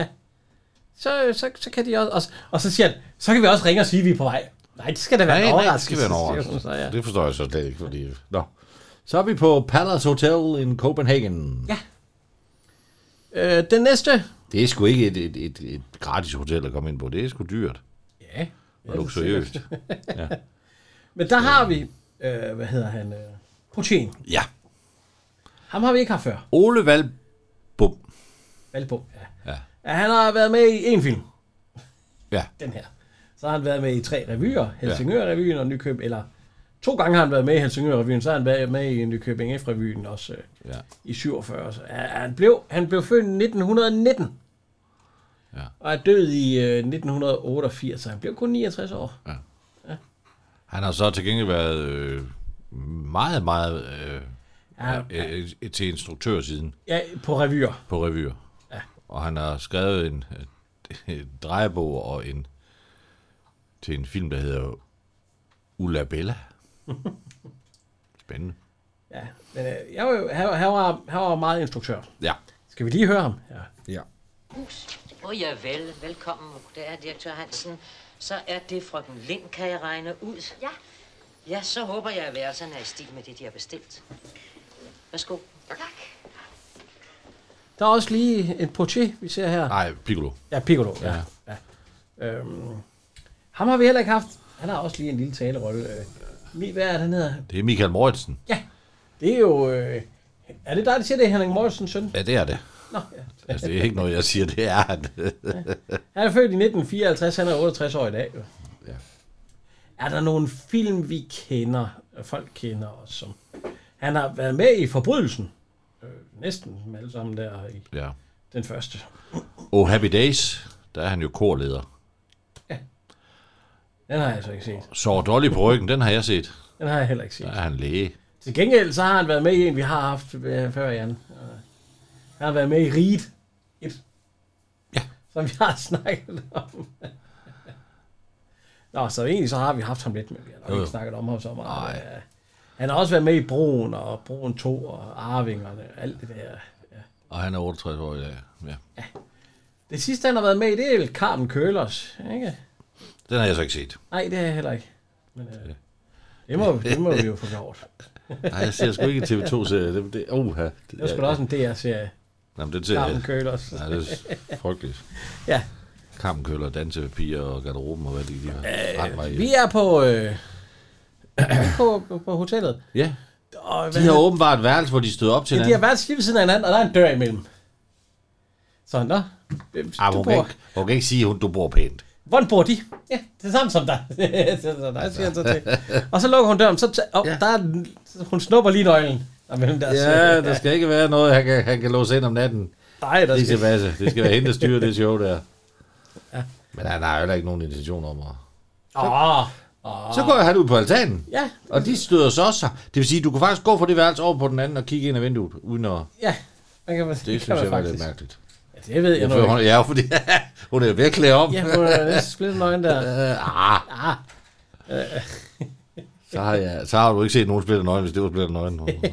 B: Så, øh, så, så kan de også, og, og så siger han, så kan vi også ringe og sige, at vi er på vej. Nej, det skal da være
C: nej,
B: en
C: nej, det
B: overraskelse.
C: skal være en
B: siger hun
C: overraskelse.
B: Så, ja.
C: Det forstår jeg så slet ikke, fordi... Nå. Så er vi på Palace Hotel i Copenhagen.
B: Ja. øh, den næste.
C: Det er sgu ikke et, et, et, et gratis hotel at komme ind på. Det er sgu dyrt
B: Ja.
C: og luksuriøst.
B: Men der har vi, øh, hvad hedder han, øh, protein.
C: Ja.
B: Ham har vi ikke haft før.
C: Ole Valbom.
B: Valbo. Ja.
C: Ja.
B: ja. Han har været med i en film,
C: Ja.
B: den her. Så har han været med i tre revyer, Helsingør-revyen og Nykøb, eller to gange har han været med i Helsingør-revyen, så har han været med i Nykøbing F-revyen også øh,
C: Ja.
B: i 47. Så, ja, han, blev, han blev født i 1919.
C: Ja.
B: Og er død i øh, 1988, så han blev kun 69 år.
C: Han har så til gengæld været øh, meget, meget øh,
B: Ja,
C: øh, øh, til instruktør siden.
B: ja på revyer.
C: på revyer. Ja. Og han har skrevet en, en drejebog og en til en film, der hedder Ulla Bella. Spændende.
B: Ja, men øh, jeg var jo, han, han, var, han var meget instruktør.
C: Ja.
B: Skal vi lige høre ham? Ja.
C: ja.
K: Åh oh, ja vel, velkommen. Det er direktør Hansen. Så er det frøken Lind, kan jeg regne ud.
G: Ja.
K: Ja, så håber jeg, at værelserne er i stil med det, de har bestilt. Værsgo.
G: Tak.
B: Der er også lige en portier, vi ser her.
C: Nej, Piccolo.
B: Ja, Piccolo. Ja. ja. Øhm, ham har vi heller ikke haft. Han har også lige en lille talerolle. Øh, Mi- hvad er det, han hedder?
C: Det er Michael Moritsen.
B: Det er jo... Øh, er det dig, der siger det, Henrik Morgensens søn?
C: Ja, det er det.
B: Nå, ja.
C: Altså, det er ikke noget, jeg siger, det er han.
B: Han er født i 1954, han er 68 år i dag. Jo.
C: Ja.
B: Er der nogle film, vi kender, øh, folk kender os som? Han har været med i Forbrydelsen. Øh, næsten dem alle sammen der i
C: ja.
B: den første.
C: Oh Happy Days, der er han jo korleder.
B: Den har jeg altså ikke set.
C: Sår Dolly på ryggen, den har jeg set.
B: Den har jeg heller ikke set.
C: Der er han læge.
B: Til gengæld så har han været med i en, vi har haft øh, før, Jan. Øh, Han har været med i Riget. Ja. Som vi har snakket om. Nå, så egentlig så har vi haft ham lidt, men vi har nok
C: Jo, jo.
B: ikke snakket om ham så meget. Nej. Han har også været med i Broen og Broen 2 og Arvingerne og alt det der.
C: Og han er 68 år i dag. Ja.
B: Det sidste, han har været med i, det er vel Carmen Køllers, ikke?
C: Den har jeg så ikke set.
B: Nej, det har jeg heller ikke. Men, øh, det, må, det må vi jo få gjort.
C: Nej, jeg ser sgu ikke en TV2-serie. Det, det, uh, det,
B: Det var sgu da også en DR-serie.
C: Jamen, det ser
B: Carmen Køllers.
C: Nej, det er frygteligt.
B: Ja.
C: Kampenkøller, dansepiger og garderoben og hvad de, de har. Øh,
B: Vi er på, øh, på, på, på hotellet.
C: Ja.
B: Og,
C: De har åbenbart et værelse, hvor de stod op til
B: Ja, de har
C: hinanden.
B: været lige ved siden af hinanden, og der er en dør imellem. Så nå. Hvem-
C: Ah,
B: du
C: hun, kan
B: bor,
C: ikke, hun kan ikke sige, at du bor pænt.
B: hvordan bor de? Ja, det er samme som dig. det er som dig, siger han så til. Og så lukker hun døren, så tager, oh, ja. der er, den- hun snupper lige nøglen. Der er mellem deres,
C: Ja, Altså, der skal ikke være noget, han kan, han kan låse ind om natten.
B: Nej, der
C: det skal
B: skal-
C: passe. Det skal være hende, der styrer det show der.
B: Ja.
C: Men han har jo heller ikke nogen intention om at...
B: Åh,
C: Så går han ud på altanen.
B: Ja.
C: Og de støder så også. Det vil sige, du kunne faktisk gå fra det værelse over på den anden og kigge ind ad vinduet, uden at...
B: Ja, man kan,
C: Det synes jeg var lidt mærkeligt.
B: Ja, det ved jeg,
C: Ja,
B: jeg
C: for
B: nok
C: hun,
B: ikke.
C: ja, fordi hun er jo ved at klæde om.
B: Ja, hun er næsten splittet nøgen der.
C: ah.
B: ah. Øh,
C: Så har, jeg, så har du ikke set nogen spille nøgen, hvis det var spille nøgen.
B: nej,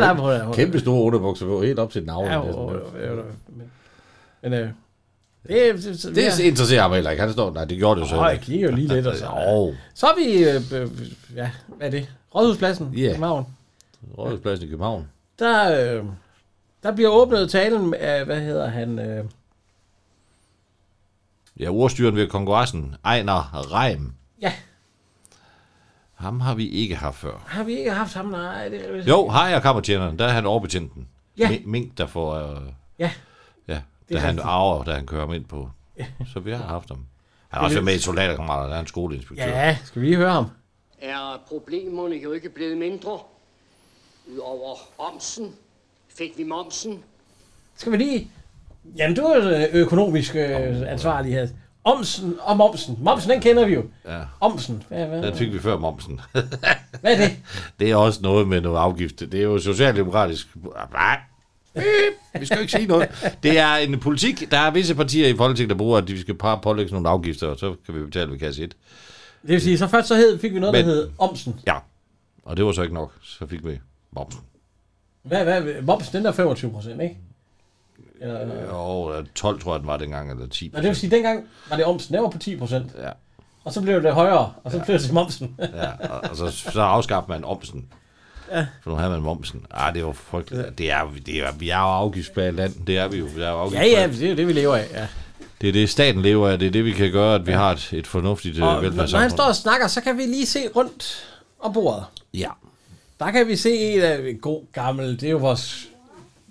B: nej, hun er... hun-
C: Kæmpe store underbukser på, helt op til navlen.
B: Ja,
C: Det er sådan,
B: jo,
C: det-
B: jo, jo, jo, men- Men øh, det, er- det,
C: Det ja. interesserer ham heller ikke. Han står, nej, det gjorde det jo så.
B: Åh,
C: heller
B: jeg
C: ikke. Altså,
B: kigger jo lige lidt, altså. og så...
C: Jo,
B: Så er vi, øh, øh, ja, hvad er det? Rådhuspladsen i
C: Ja.
B: København.
C: Rådhuspladsen i København.
B: Der, øh, der bliver åbnet talen af, hvad hedder han? Øh,
C: Ja, ordstyren ved kongressen, Ejner Reim.
B: Ja.
C: Ham har vi ikke haft før.
B: har vi ikke haft ham? Nej, det er vist-
C: Jo, har jeg kammertjeneren, der er han overbetjenten.
B: Ja.
C: Mi- Mink, der får... Øh,
B: Ja.
C: Ja,
B: Det
C: da
B: er
C: han
B: rigtigt.
C: arver, da han kører ham ind på. Så vi har haft ham. Han har
B: Det
C: også
B: er-
C: været med i soldaterkammerater, der er en skoleinspektør.
B: Ja, skal vi lige høre ham?
L: er problemerne jo ikke blevet mindre. Udover omsen fik vi momsen.
B: Skal vi lige... Jamen, du er jo, øh, økonomisk øh, ansvarlig her. Omsen og momsen. Momsen, den kender vi jo.
C: Ja.
B: Omsen. Hvad, hvad,
C: Den fik vi før momsen.
B: hvad er det?
C: Det er også noget med noget afgift. Det er jo socialdemokratisk. Nej. Bip. Vi skal jo ikke sige noget. Det er en politik. Der er visse partier i Folketinget, der bruger, at de skal bare pålægge nogle afgifter, og så kan vi betale ved kasse 1.
B: Det vil sige, så først så hed, fik vi noget, der
C: Men-
B: hed omsen.
C: Ja. Og det var så ikke nok. Så fik vi momsen.
B: Hvad, hvad, moms, den der 25 procent, ikke? Eller, eller,
C: Jo, 12 tror jeg, den var dengang, eller 10.
B: Nå, det vil sige, at dengang var det omsen, den var på 10 procent.
C: Ja.
B: Og så blev det højere, og så
C: Ja.
B: blev det til momsen.
C: Ja, og, og så, så afskaffede man momsen.
B: Ja.
C: For nu havde man momsen. Ah, det var frygteligt. Det er, det er, vi er jo afgiftsbladet land. Det er vi jo. Vi er jo
B: Ja, ja, det er jo det, vi lever af. Ja.
C: Det er det, staten lever af. Det er det, vi kan gøre, at vi har et, et fornuftigt øh,
B: Og når- når han
C: velfærdssamfund.
B: står og snakker, så kan vi lige se rundt om bordet.
C: Ja.
B: Der kan vi se en af en god gammel, det er jo vores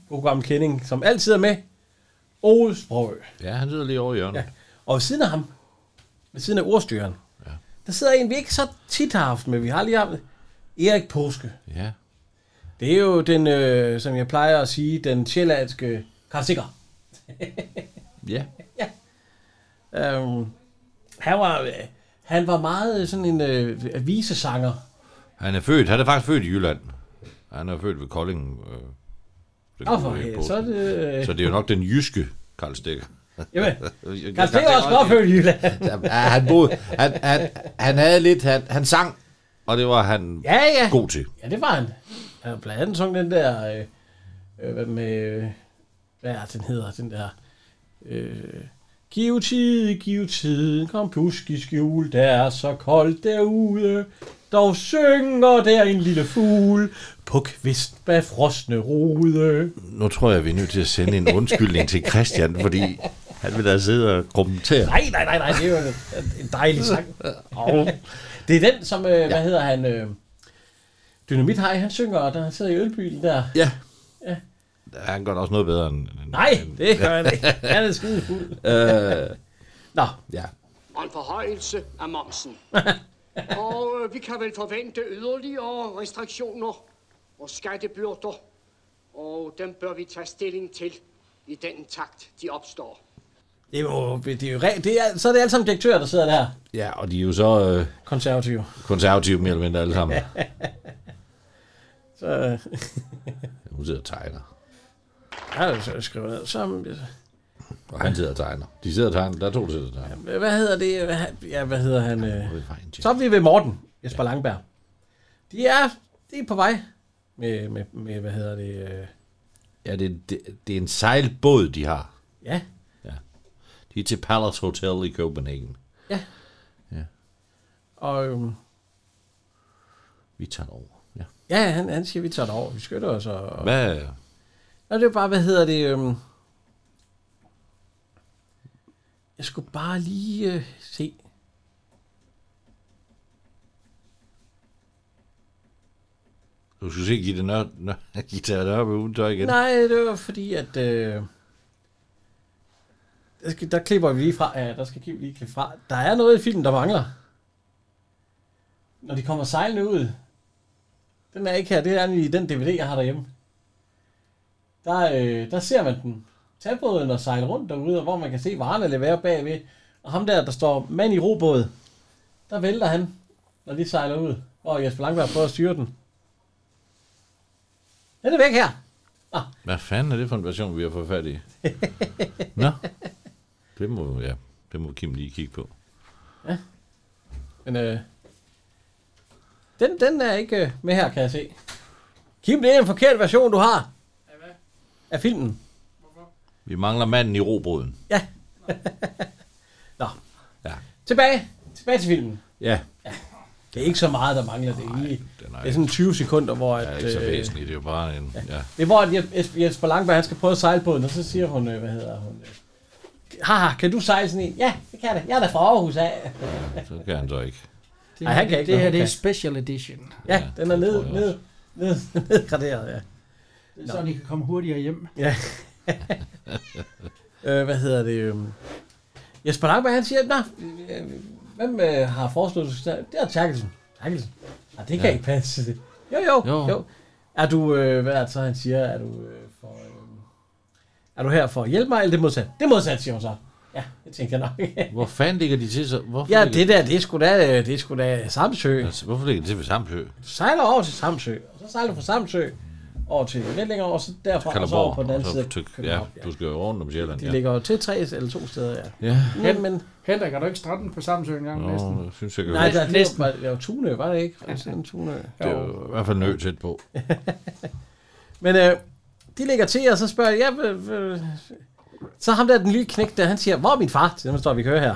B: god gammel kending, som altid er med. Ole Sprogø.
C: Ja, han sidder lige over i hjørnet.
B: Ja. Og ved siden af ham, ved siden af ordstyren, ja. der sidder en, vi ikke så tit har haft med. Vi har lige haft Erik Påske.
C: Ja.
B: Det er jo den, øh, som jeg plejer at sige, den sjællandske Karl Sikker.
C: Ja.
B: Øhm, han, var, øh, han var meget øh, sådan en øh, avisesanger.
C: Han er født. Han er faktisk født i Jylland. Han er født ved Kolding. Øh, den
B: Nå, for
C: gode
B: helvede,
C: påske.
B: så er det, øh.
C: så det er jo nok den jyske Karl Stikker.
B: Jamen, Karl Stikker er også godt født i Jylland.
C: ja, han, boede, han, han, han havde lidt, han, han sang, og det var han
B: Ja, ja.
C: god til.
B: Ja, det var han. Han har blandt andet sunget den der, øh, øh, hvad med, øh, hvad er den hedder, den der, øh, Giv tid, giv tid, kom plusk i skjul, der er så koldt derude, dog synger der en lille fugl på kvist bag frosne rude.
C: Nu tror jeg, vi er nødt til at sende en undskyldning til Christian, fordi han vil da sidde og kommentere.
B: Nej, nej, nej, nej, det er jo en- en dejlig sang. Og det er den, som, øh, ja. hvad hedder han, øh, Dynamit Hej, han synger, der han sidder i ølbilen der.
C: Ja.
B: ja.
C: Han gør da også noget bedre end...
B: Nej, det gør han ikke. Han er skide fuld.
C: Øh,
B: Nå.
C: Ja.
L: Og en forhøjelse af momsen. og øh, vi kan vel forvente yderligere restriktioner og skattebyrder. Og dem bør vi tage stilling til i den takt, de opstår.
B: Det er jo, det er jo re- det er, så er det alle sammen direktører, der sidder der.
C: Ja, og de er jo så øh,
B: konservative.
C: konservative mere eller mindre alle sammen.
B: Så, øh,
C: Hun sidder og tegner,
B: ja, det er så skrevet ned. Så, øh,
C: og han sidder og tegner. De sidder og tegner, der er to, der sidder og tegner.
B: hvad hedder det? Hvad, ja, hvad hedder han? Øh? Så er vi ved Morten, Jesper Langberg. De er, de er på vej med, med, med hvad hedder det? Øh,
C: Ja, det, det, det er en sejlbåd, de har.
B: ja,
C: De er til Palace Hotel i Copenhagen.
B: og øhm,
C: Vi tager den over. Ja.
B: ja, han, han siger, vi tager det over. Vi skytter os. Og, og,
C: Hvad?
B: Og det er bare, hvad hedder det? Øhm... Jeg skulle bare lige øh, se.
C: Du skulle se Gita, Nør, Nør, Gita Nørby uden tøj igen.
B: Nej, det var fordi, at... Øh... Der, skal, der klipper vi lige fra. Ja, der skal vi lige klippe fra. Der er noget i filmen, der mangler. Når de kommer sejlende ud. Den er ikke her. Det er i den DVD, jeg har derhjemme. Der, øh, der ser man den. Tag båden og sejle rundt derude, og hvor man kan se varerne levere bagved. Og ham der, der står mand i robåd, der vælter han, når de sejler ud. Og Jesper Langberg prøver at styre den. Den er væk her.
C: Hvad fanden er det for en version, vi har fået fat i? Nå, det må, ja, det må Kim lige kigge på.
B: Men øh, den, den er ikke øh, med her, kan jeg se. Kim, det er en forkert version, du har. Af hvad? Af filmen.
C: Vi mangler manden i robruden.
B: Tilbage. Tilbage til filmen.
C: Ja,
B: Det er ikke så meget, der mangler. Det er, lige,
C: den er
B: det er sådan 20 sekunder, hvor...
C: det er
B: At,
C: ikke så
B: øh,
C: væsentligt, det er jo bare en... Ja.
B: det er hvor at Jes- Jesper Langberg, han skal prøve at sejle på den, og så siger hun, øh, hvad hedder hun... Øh, Haha, kan du sejle sådan en? Ja, det kan jeg da. Jeg er da fra Aarhus af.
C: Så kan han så ikke.
F: Det,
B: Ej, han kan ikke,
F: det
B: men
F: her
B: hun
F: det er
B: kan.
F: special edition.
B: Ja, den er ned,
C: jeg også.
B: ned, ned, nedgraderet, ja.
F: Det er sådan, I kan komme hurtigere hjem.
B: Ja. øh, hvad hedder det? øhm, Jesper Langberg, han siger, Nå, øh, hvem øh, har foreslået, du skal tage-" det? er Terkelsen. Terkelsen? Nej, det kan
C: Ja.
B: ikke passe. Det. Jo, jo, jo,
C: Jo.
B: jo. Er du, øh, hvad er det så, han siger, er du, øh, for, øh, er du her for at hjælpe mig, eller det er modsat? Det er modsat, siger hun så. Ja, det tænker jeg nok.
C: Hvor fanden ligger de til så? Hvorfor
B: ja,
C: ligger
B: det der, det er sgu da, øh, det er sgu da Samsø.
C: Altså, hvorfor ligger de til ved Samsø?
B: Du sejler over til Samsø, og så sejler du fra Samsø over til Vellinger, og så derfra, og så over
C: Kalderborg.
B: på den anden
C: og så
B: side af
C: til- ja,
B: København.
C: du skal jo rundt om Sjælland.
B: De
C: ja.
B: ligger jo til tre eller to steder, ja.
C: Ja.
B: Men, men
F: Henrik, er du ikke stranden på Samsø engang
C: Nå,
F: næsten?
C: jeg synes jeg kan
B: nej,
C: Nej,
B: der, det
F: Næsten.
B: var, det var Tunø, var det ikke? Var det sådan en Tunø?
C: det er jo i hvert fald nødt tæt på.
B: Men øh, de ligger til, og så spørger jeg, ja, øh, øh, så ham der, den lille knæk der, han siger, hvor er min far? Til dem, der står, vi kører her.
H: Er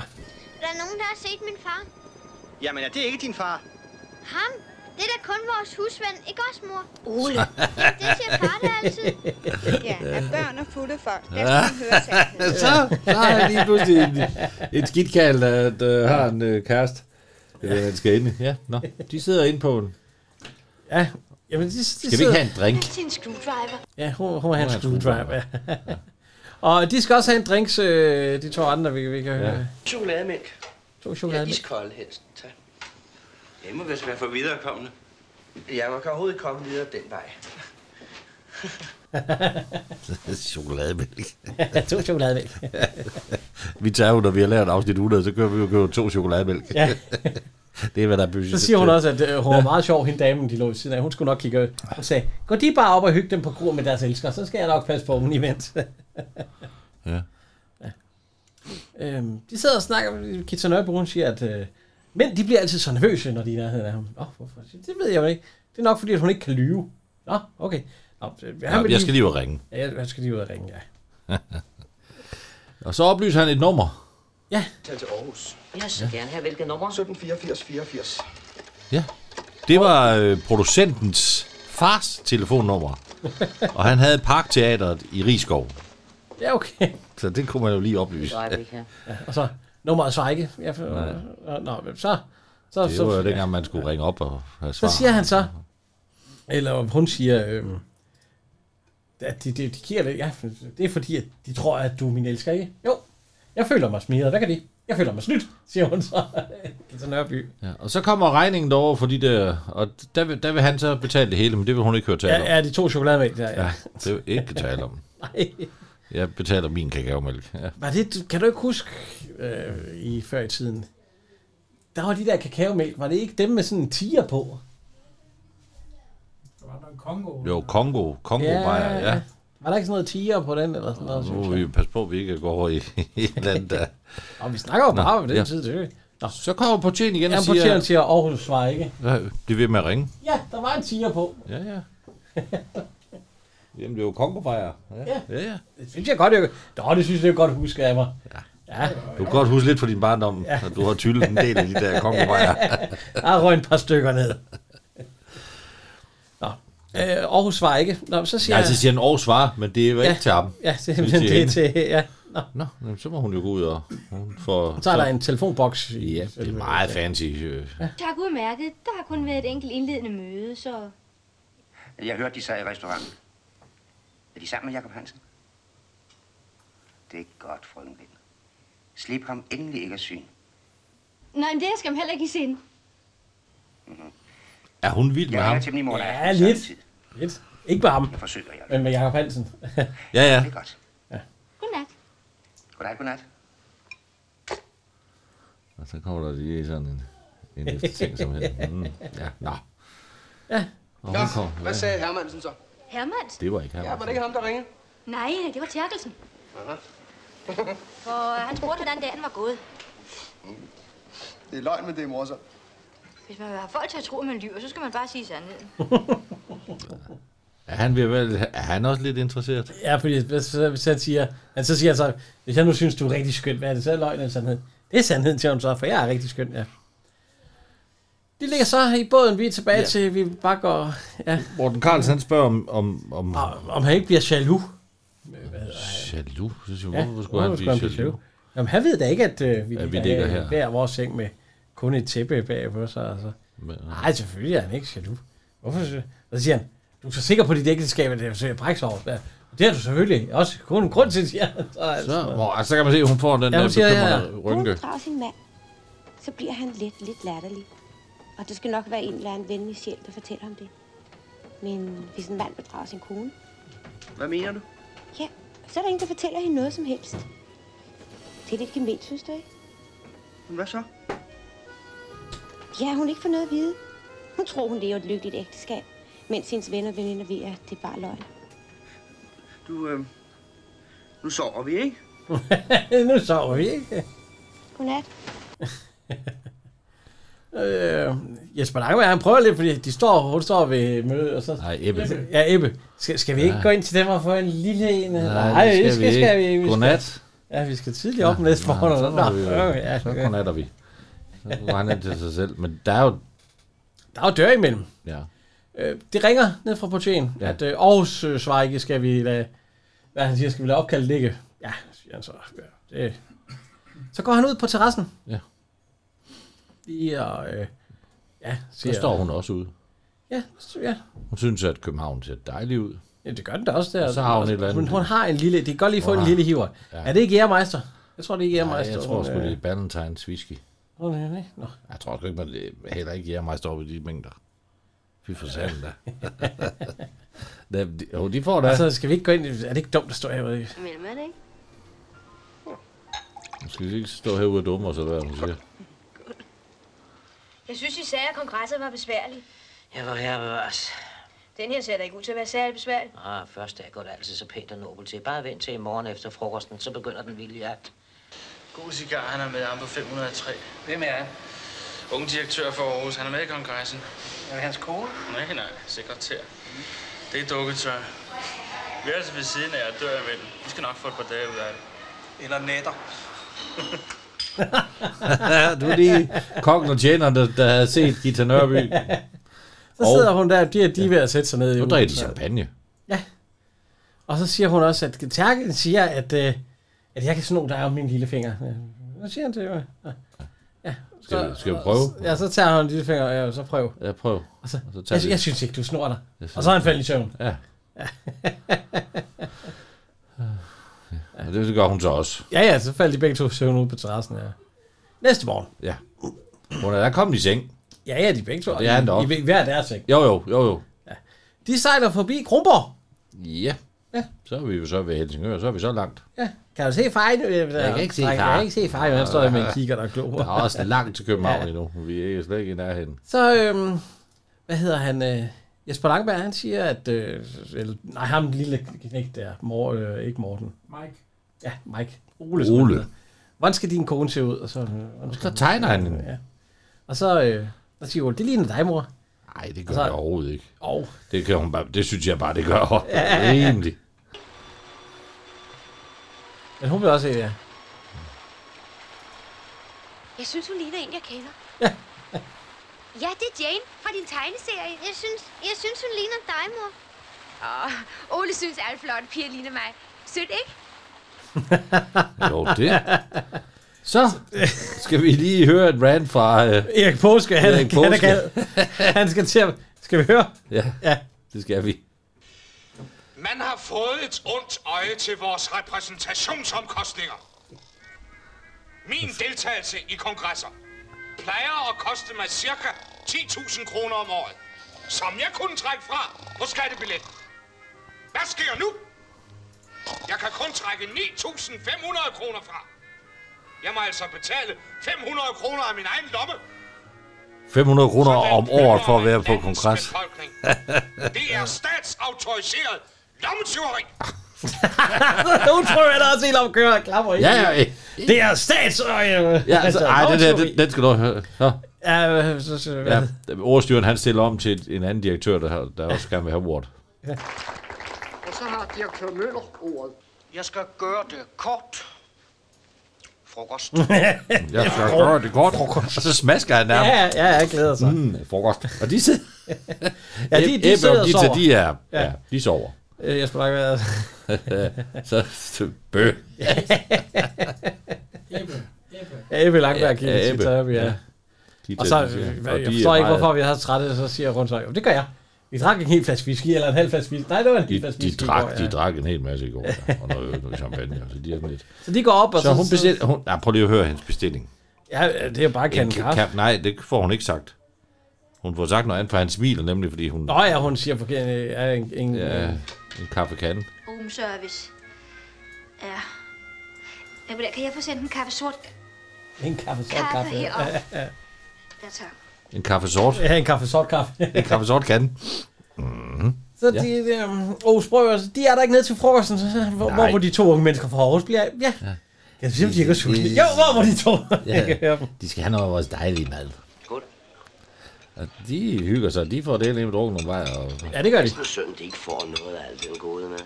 H: der nogen, der har set min far?
J: Jamen, er det ikke din far?
H: Ham? Det er da kun vores husven, ikke også, mor? Ole. det siger far da altid.
M: Ja, at børn og fulde folk, der skal man høre sandheden.
C: Så, så har jeg lige pludselig en, en skidkald, der, der har en øh, kæreste. Jeg ved, han skal inde. Ja, nå. De sidder inde på den.
B: Ja, jamen, de, de
C: Skal vi ikke have en drink?
H: Til en screwdriver.
B: Ja, hun, hun er hans
C: er en
B: screwdriver. ja. og de skal også have en drinks, øh, de to andre, vi, vi kan høre. Ja.
D: Chokolademælk.
B: To
D: Ja,
B: chokolade.
D: iskold helst. Tak. Jeg må vist være for viderekommende. Ja, man kan overhovedet ikke komme videre den vej.
C: Chokolademælk.
B: Ja, to chokolade.
C: Vi tager jo, når vi har lavet afsnit 100, så kører vi jo køber to chokolademælk.
B: Ja.
C: Det er, hvad der er budget.
B: Så siger hun også, at øh, hun var meget sjov, hende damen, de lå ved siden af. Hun skulle nok kigge ud og sagde, gå de bare op og hygge dem på kro med deres elsker, så skal jeg nok passe på dem imens.
C: Ja.
B: Øhm, de sidder og snakker, Kitsa Nørby, hun siger, at øh, mænd, de bliver altid så nervøse, når de er i nærheden af ham. Nå, hvorfor? Det ved jeg jo ikke. Det er nok, fordi at hun ikke kan lyve. Nå, okay. Nå, øh, han vil
C: Jeg skal lige ud og ringe.
B: Ja, jeg- jeg skal lige ud og ringe, ja.
C: Og så oplyser han et nummer.
D: Tag til Aarhus.
K: Jeg så gerne have, hvilket nummer?
D: 1784 84.
C: Det var øh, producentens fars telefonnummer. Og han havde Parkteateret i Rigskov.
B: Ja, okay.
C: Så det kunne man jo lige oplyse.
K: Nej, det kan.
B: Og så, nummeret svarer ikke. Jeg, for, øh, nå, men så, så,
C: Det
B: så,
C: var jo dengang, man skulle ringe op og have svar.
B: så siger han så, eller hun siger, øh, at de, de, de kigger lidt, ja, det er fordi, at de tror, at du er min elsker, ikke? Jo, jeg føler mig smidt. Hvad kan det? Jeg føler mig snydt, siger hun så. Kitsa Nørby.
C: Ja, og så kommer regningen derover for de der, og der vil, der vil han så betale det hele, men det vil hun ikke høre tale om.
B: Ja, ja, de to chokolademælk der, ja.
C: Det vil ikke tale om.
B: Nej.
C: Jeg betaler min kakaomælk. Ja.
B: Var det, kan du ikke huske øh, i før i tiden? Der var de der kakaomælk, var det ikke dem med sådan en tiger på?
C: Jo, Kongo. Kongo ja, bajer, ja.
B: Var der ikke sådan noget tiger på den, eller sådan noget,
C: Nu må
B: synes
C: vi
B: jeg?
C: jo passe på, at vi ikke går over i, i et eller andet, der...
B: Og vi snakker jo
C: Nå,
B: bare om den
C: ja.
B: ja. tid, det er jo- Nå.
C: Så kommer portieren igen og
B: ja,
C: siger-
B: portieren siger, Aarhus svarer ikke.
C: Ja, De er ved med at ringe.
B: Ja, der var en tiger på.
C: Ja, ja. Jamen, det er jo kongo ja.
B: Ja.
C: ja, ja.
B: Det synes jeg godt, jeg... Nå, det synes jeg godt huske af mig. Ja. ja.
C: Du kan godt huske lidt fra din barndom, ja. at du har tyllet en del af de der kongo
B: Der røg et par stykker ned. Nå. Øh, Aarhus svarer ikke. Nå, så siger
C: Ja, så siger han Aarhus svar, men det er jo
B: Ja.
C: ikke til ham.
B: Ja, det, men det er til... Ja. Nå.
C: Nå, jamen, så må hun jo gå ud og... Hun får,
B: Så er der en telefonboks. Ja,
C: det er meget fancy. øh.
N: Tak udmærket. Der har kun været et enkelt indledende møde, så...
J: Jeg hørte, de sad i restauranten. Er de sammen med Jakob Hansen? Det er godt, frøken Vind. Slip ham endelig ikke af syn.
N: Nej, men det skal man heller ikke i sind.
C: Er hun vild med
J: Jeg
C: ham?
J: ringer til dem i morgen aften.
B: Ja, lidt. lidt. Ikke bare ham,
J: Jeg forsøger, jeg.
B: men med Jakob Hansen.
C: Ja, ja.
J: Det er godt.
B: Ja.
N: Godnat.
J: Goddag, godnat.
C: Og så kommer der lige sådan en, en eftertænk som her. Mm, ja, nå.
N: Ja.
C: Og hun kom,
D: Hvad
C: ja.
D: sagde Hermansen så?
N: Hermans?
C: Det var ikke
D: Ja,
C: ham.
D: var det ikke ham, der ringede?
N: Nej, det var Terkelsen. For øh, han spurgte, hvordan dagen var gået.
D: Det er løgn, men det er morsomt.
N: Hvis man vil have folk til at tro, at man lyver, så skal man bare sige sandheden.
C: Er han, ved at være- er han også lidt interesseret?
B: Ja, fordi hvis, så- hvis han siger, han så siger han så, hvis jeg nu synes, du er rigtig skøn, hvad er det så løgn eller sandhed? Det er sandheden til ham så, for jeg er rigtig skøn, ja. De ligger så i båden, vi er tilbage ja. til, vi bare går, ja.
C: Morten Carlsen han spørger om... om, om,
B: om han ikke bliver jaloux.
C: Jaloux? Så siger,
B: Ja,
C: ja, hvorfor skulle han blive jaloux?
B: Jamen, han ved da ikke, at øh, vi,
C: At
B: ligger,
C: vi ligger her.
B: hver vores seng med kun et tæppe bag på sig. Altså.
C: Ah,
B: Nej, selvfølgelig er han ikke jaloux. Hvorfor? sy- Og så siger han, du er så sikker på dit ægteskab, at det er så bræk over. Ja, det er du selvfølgelig også kun en grund til, siger han. Så, altså.
C: Så, hvor, altså, så kan man se, at hun får den
B: Ja,
C: ja,
B: hun
C: der
B: siger, ja.
C: bekymrede rynke.
G: drager sin mand, så bliver han let, lidt latterlig. Og det skal nok være en eller anden venlig sjæl, der fortæller ham det. Men hvis en mand bedrager sin kone,
J: Hvad mener du?
G: ja, så er der ingen, der fortæller hende noget som helst. Det er lidt gement, synes du ikke?
J: Men hvad så?
G: Ja, hun ikke får noget at vide. Hun tror, hun lever et lykkeligt ægteskab, mens hendes venner og veninder ved, at det er bare løgn.
J: Du, øh... Nu sover vi, ikke?
B: nu sover vi, ikke?
G: Godnat.
B: Øh, Jesper Langberg, han prøver lidt, fordi de står, hun står ved mødet, og så...
C: Nej, Ebbe.
B: Ja, Ebbe. Skal, skal vi ikke
C: Ja.
B: ja. gå ind til dem og få en lille en? Nej,
C: det skal vi ikke.
B: skal-
C: Godnat.
B: Ja, vi skal tidligt op næste morgen.
C: så,
B: og
C: må
B: Nå,
C: vi,
B: okay, ja,
C: ja, så
B: ja.
C: godnatter vi. Så går han ind til sig selv. Men der er jo...
B: Der er jo dør imellem.
C: Ja.
B: Øh, det ringer ned fra portieren,
C: Ja.
B: ja. at øh, Aarhus øh, svarer ikke, skal vi lade, hvad han siger, skal vi lade opkaldet ligge? Ja, siger han så. Ja, det. Så går han ud på terrassen.
C: Ja.
B: Lige og, øh, ja,
C: Så står hun også ude.
B: Ja, så, ja.
C: Hun synes, at København ser dejlig ud.
B: ja det gør den da også der.
C: Og så har hun et
B: Altså,
C: eller andet-
B: Hun, hun har en lille, det kan godt lige få
C: Hun
B: en
C: har-
B: lille hiver.
C: Ja.
B: Ja. Er det ikke Jægermeister? Jeg tror, det er
C: Nej,
B: Jægermeister.
C: jeg tror
B: hun,
C: sgu,
B: øh,
C: det er Valentines whisky.
B: hun er- nej, Nå.
C: Jeg tror sgu ikke, man heller ikke jeg mig står ved de mængder. Fy for sanden da. da. de- Jo, de får da.
B: Altså, skal vi ikke gå ind? i- Er det ikke dumt at stå herude?
N: Mellem er det ikke?
C: Nu skal vi ikke stå herude og dumme os, eller hvad hun siger.
O: Jeg synes, I sagde, at kongresset var besværlig.
K: Ja, hvor her med os.
O: Den her ser da ikke ud til at være særlig besværlig.
K: Ah, første dag går det altid så pænt og nobelt til. Bare vent til i morgen efter frokosten, så begynder den vilde jagt.
E: God cigar, han er med ham på 503. Hvem er han? Unge direktør for Aarhus. Han er med i kongressen. Er det hans kone? Nej, nej. Sekretær. Det er dukketør. Vi er altså ved siden af og dør imellem. Vi skal nok få et par dage ud af det. Eller nætter.
C: du er lige kongen og tjeneren, der, der havde set Gita Nørby.
B: Så sidder hun der, de er de er ved at sætte sig ned. i
C: Nu
B: ugen,
C: drikker de
B: så-
C: champagne.
B: Og så siger hun også, at Terkel siger, at, øh, at jeg kan sno dig om min lille finger. Ja, Hvad siger han til mig? Ja,
C: Skal, skal vi prøve?
B: Ja, så tager han en lille finger, ja, så prøv.
C: Ja, prøv.
B: Og så,
C: Og så
B: så
C: tager
B: jeg,
C: vi-
B: jeg, synes ikke, du snor dig.
C: Jeg synes-
B: Og så er han faldet i søvn.
C: Ja.
B: Ja.
C: Og det gør hun så også.
B: ja, ja, så faldt de begge to i søvn ude på terrassen, ja. Næste morgen.
C: Ja. Hun er der kommet i seng.
B: Ja, ja, de er begge to.
C: Og det er han da
B: I,
C: også.
B: i, hver deres seng.
C: Jo, jo, jo, jo.
B: De sejler forbi Kronborg.
C: Ja. Ja. Så er vi jo så ved Helsingør, så er vi så langt.
B: Ja. Kan du se Øh, fejl?
C: Jeg kan ikke se Ah.
B: Jeg
C: far.
B: kan ikke se fejl, han står med en kigger, der klog.
C: Der er også langt til København endnu. Vi er slet ikke i nærheden.
B: Så, øhm, hvad hedder han? Øh, Jesper Langberg, han siger, at... Øh, eller, nej, ham den lille knægt der. Mor, øh, ikke Morten.
F: Mike.
B: Ja, Mike. Ole. som
C: Ole.
B: han hedder. Hvordan skal din kone se ud? Og så, øh, hvordan skal-
C: Så tegner han den.
B: Ja. Og så, øh, der siger Ole, det ligner dig, mor.
C: Nej, det gør jeg overhovedet ikke.
B: Oh.
C: Det, kan hun bare, det synes jeg bare, det gør.
B: Ja.
C: Ja. Rimelig.
B: Men hun vil også øh, se, ja.
H: Jeg synes, hun ligner en, jeg kender. ja, det er Jane fra din tegneserie. Jeg synes, jeg synes hun ligner dig, mor. Åh, Ole synes, alle flotte piger ligner mig. Sødt, ikke?
C: Jo, det. Så skal vi lige høre et rant fra... Øh,
B: Erik Påske, han,
C: Erik
B: Erik Påske. han, er
C: Paaske.
B: gal. han skal til at... Skal vi høre?
C: ja,
B: Ja.
C: det skal vi.
P: Man har fået et ondt øje til vores repræsentationsomkostninger. Min deltagelse i kongresser plejer at koste mig cirka 10.000 kroner om året, som jeg kunne trække fra på skattebilletten. Hvad sker nu? Jeg kan kun trække 9.500 kroner fra. Jeg må altså betale 500 kroner af min egen lomme
C: 500 kroner om året for at være på kongres.
P: Det er statsautoriseret lommetyveri.
B: nu tror jeg, der også helt opkører og klapper i.
C: Ja, ja, ja.
B: Det er øh, statsøje.
C: Ja, altså, ej, det der, den, den skal du høre. Nå.
B: Ja, øh, så, så, hvad?
C: Ja, ordstyren han stiller om til en anden direktør, der, der også gerne vil have ordet.
L: Og så har direktør Møller ordet.
E: Jeg skal gøre det kort. Frokost.
C: Jeg skal gøre det godt. Og så smasker han nærmest.
B: Ja, ja, jeg glæder sig.
C: Mm, frokost. Og de sidder...
B: Ja, de- de
C: Ebbe og
B: sidder og
C: Gita,
B: sover.
C: De er, ja.
B: Ja.
C: ja, de sover.
B: Øh, Jeg spiller ikke hvad.
C: så, så bø.
B: Ja, Ebbe Langberg
C: Ja,
B: giver sit
C: Ebbe.
B: tøj, ja.
C: Ja. De
B: Og
C: tager-
B: så,
C: de siger-
B: jeg,
C: og de
B: jeg
C: er
B: forstår ikke,
C: meget-
B: hvorfor vi har trætte, så siger rundt sig, det gør jeg. Vi drak en hel flaske whisky, eller en halv flaske whisky. Nej, det var en
C: De,
B: hel flaske
C: de,
B: whisky. i går,
C: drak,
B: ja.
C: de drak en hel masse i går, ja. og noget, noget champagne, så de er sådan lidt.
B: Så de går op, og
C: Så
B: så-
C: hun
B: så-
C: bestil, hun, nej, prøv lige at høre hendes bestilling.
B: Ja, det er bare kan
C: En
B: kaffe. kaffe.
C: Nej, det får hun ikke sagt. Hun får sagt noget andet, for han smiler nemlig, fordi hun...
B: Nå ja, hun siger forkert. øh, Ja, en, en,
C: Ja, en kaffekande.
H: Room service. Ja. Jamen, kan jeg få sendt en kaffe sort?
B: en kaffe, sort
H: Kaffe
B: kaffe. Ja,
H: heroppe.
B: ja, ja.
H: Ja, tak.
C: En kaffesort.
B: Ja, en kaffe, sort kaffe.
C: En kaffesort kande. Mm-hmm.
B: Så de, øhm, Aarhus Brøger, de er der ikke nede til frokosten, så, hvor, hvor
C: Nej.
B: må de to unge mennesker fra Aarhus bliver af? Ja, ja. Jeg synes, de ikke er sultne. Jo, hvor må de to? Jeg kan høre dem.
C: de skal have noget af vores dejlige mad. Godt. Og de hygger sig, de får det med drukken nogle vej. Og...
B: Ja, det gør de.
Q: Det er synd, de ikke får noget af alt den gode med.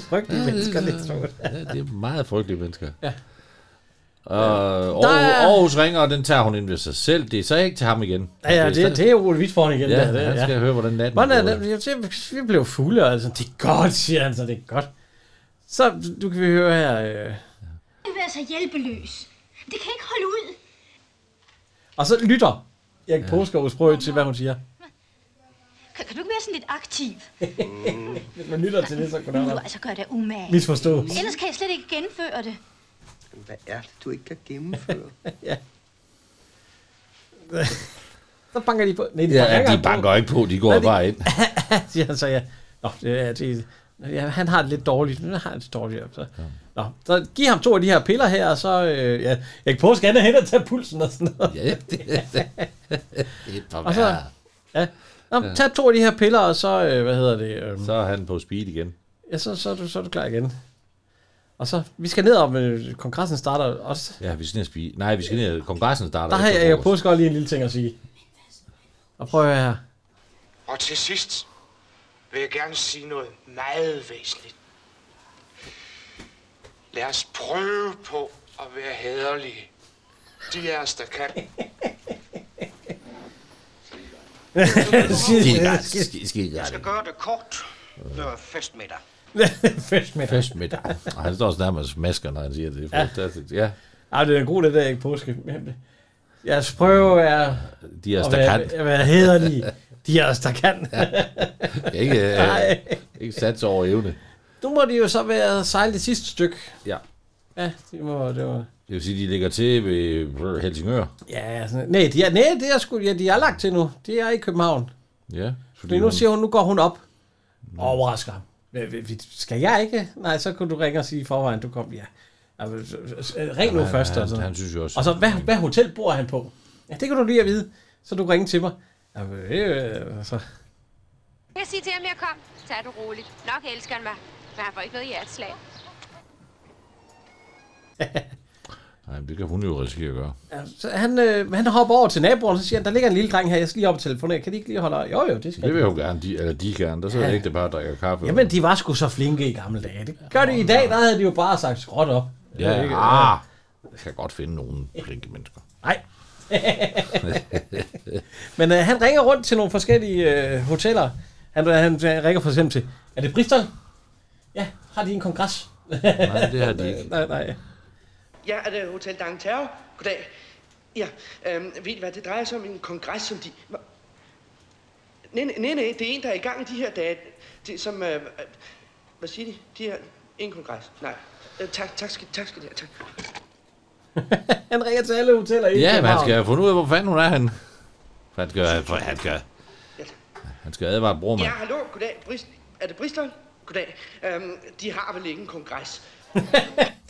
B: Frygtelige mennesker, det tror jeg.
C: Ja, det er meget frygtelige mennesker.
B: Ja.
C: Og
B: Der
C: Aarhus,
B: er-
C: Aarhus ringer, og den tager hun ind ved sig selv. Det er så ikke til ham igen.
B: Ja, ja, det, det er Ole Vitsborg igen.
C: Ja,
B: der, det,
C: han skal høre, hvordan natten
B: hvordan
C: er
B: er det? Jeg siger, Vi blev fulde, og altså, det er godt, siger han så, det er godt. Så du kan vi høre her. Øh.
H: Jeg vil altså hjælpeløs. Det kan ikke holde ud.
B: Og så lytter Erik ja. Påskovs prøve til, hvad hun siger.
N: Kan, kan du ikke være sådan lidt aktiv?
B: Hvis man lytter til det, så kunne
N: Nu,
B: der
N: altså gør det umage.
B: misforstå.
N: Ellers kan jeg slet ikke genføre det.
Q: Hvad er det, du ikke kan gennemføre?
B: Så banker de på. Nej, de
C: Ja,
B: banker
C: ja, de
B: ikke på.
C: banker ikke på, de går
B: Nej, de-
C: bare ind.
B: siger han så, ja. Nå, det, er- det, ja, han har det lidt dårligt. Nu har han det dårligt. Så. Nå, så giv ham to af de her piller her, og så... Øh, ja, jeg kan påske, han er hen og tage pulsen og sådan noget.
C: Ja, det, det er
B: og så, ja. Nå,
C: Ja.
B: tag to af de her piller, og så... Øh, hvad hedder det? Øh,
C: Så er han på speed igen.
B: ja, så, så, er du, så er du klar igen. Og så, vi skal ned om, øh, kongressen starter også.
C: Ja, vi skal ned og spise. Nej, vi skal ned. Kongressen starter.
B: Der har
C: efter
B: jeg, jeg
C: frokost.
B: påske lige en lille ting at sige. Og prøv at høre her.
P: Og til sidst vil jeg gerne sige noget meget væsentligt. Lad os prøve på at være hæderlige. De af os, der kan.
C: Skidegodt, skidegodt, skidegodt.
E: Jeg skal gøre det kort. Det var festmiddag.
B: Festmiddag.
C: Festmiddag. Og han står også nærmest masker, når han siger det. Det er
B: Ja.
C: fantastisk. Ja.
B: Ej, det er en god det der, ikke påske. Jeg prøver at være...
C: De er os,
B: at
C: der
B: være,
C: kan.
B: At være hederlige. De er os, der kan.
C: Ikke,
B: Nej.
C: øh, ikke sats over evne.
B: Nu må de jo så være sejle det sidste stykke.
C: Ja.
B: Ja, det må... Det må.
C: Det vil sige, de ligger til ved Helsingør.
B: Ja, sådan, nej, de er, nej, det er sgu, ja, de er lagt til nu. De er i København.
C: Ja.
B: Fordi nu siger hun, nu går hun op og overrasker ham. Hvad- hvad- hvad- Skal jeg ikke? Nej, så kunne du ringe og sige i forvejen, du kom. Ja. Ja, men, øh, øh, Ring nu
C: Jamen, han-
B: først.
C: han-
B: og sådan.
C: han synes jo også-
B: Og så, hvad, hvad hotel bor han på? Ja, det kan du lige at vide. Så du ringer til mig. Ja, men, øh, så.
G: Jeg siger til ham, jeg kom. Tag det roligt. Nok elsker han mig. Men han får ikke noget hjerteslag.
C: Nej, det kan hun jo risikere at gøre.
B: Ja, så han, øh, han hopper over til naboen, og så siger han, der ligger en lille dreng her, jeg skal lige op og telefonere. Kan de ikke lige holde øje? Jo, jo, det skal
C: Det
B: de.
C: vil hun gerne, de, eller de gerne. Der sidder
B: Ja.
C: ja. ikke det bare og drikker kaffe.
B: Jamen, de var sgu så flinke i gamle dage. Det gør de i dag, der havde de jo bare sagt skråt op.
C: ja,
B: Eller
C: ikke?
B: ikke?
C: Ah, jeg kan godt finde nogle flinke mennesker.
B: Nej. Men øh, han ringer rundt til nogle forskellige øh, hoteller. Han, han, han ringer for eksempel til, er det Bristol? Ja, har de en kongres?
C: Nej, det har de ikke.
B: nej, nej.
R: Ja, er det Hotel Dangterre? Goddag. Ja, øhm, ved I hvad, det drejer sig om en kongres, som de... Hva- Nej, nej, nej, nej, det er en, der er i gang i de her dage. Det, som, øh, øh, hvad siger de? De her, en kongres. Nej, øh, tak, tak skal, tak skal det tak.
B: Han ringer til alle hoteller i
C: Ja, men han
B: København.
C: skal have fundet ud af, hvor fanden hun er henne. For Han skal, for han skal, han skal advare bror,
R: Ja,
C: mand.
R: hallo, goddag, Brist, er det Bristol? Goddag. Øhm, de har vel ikke en kongres?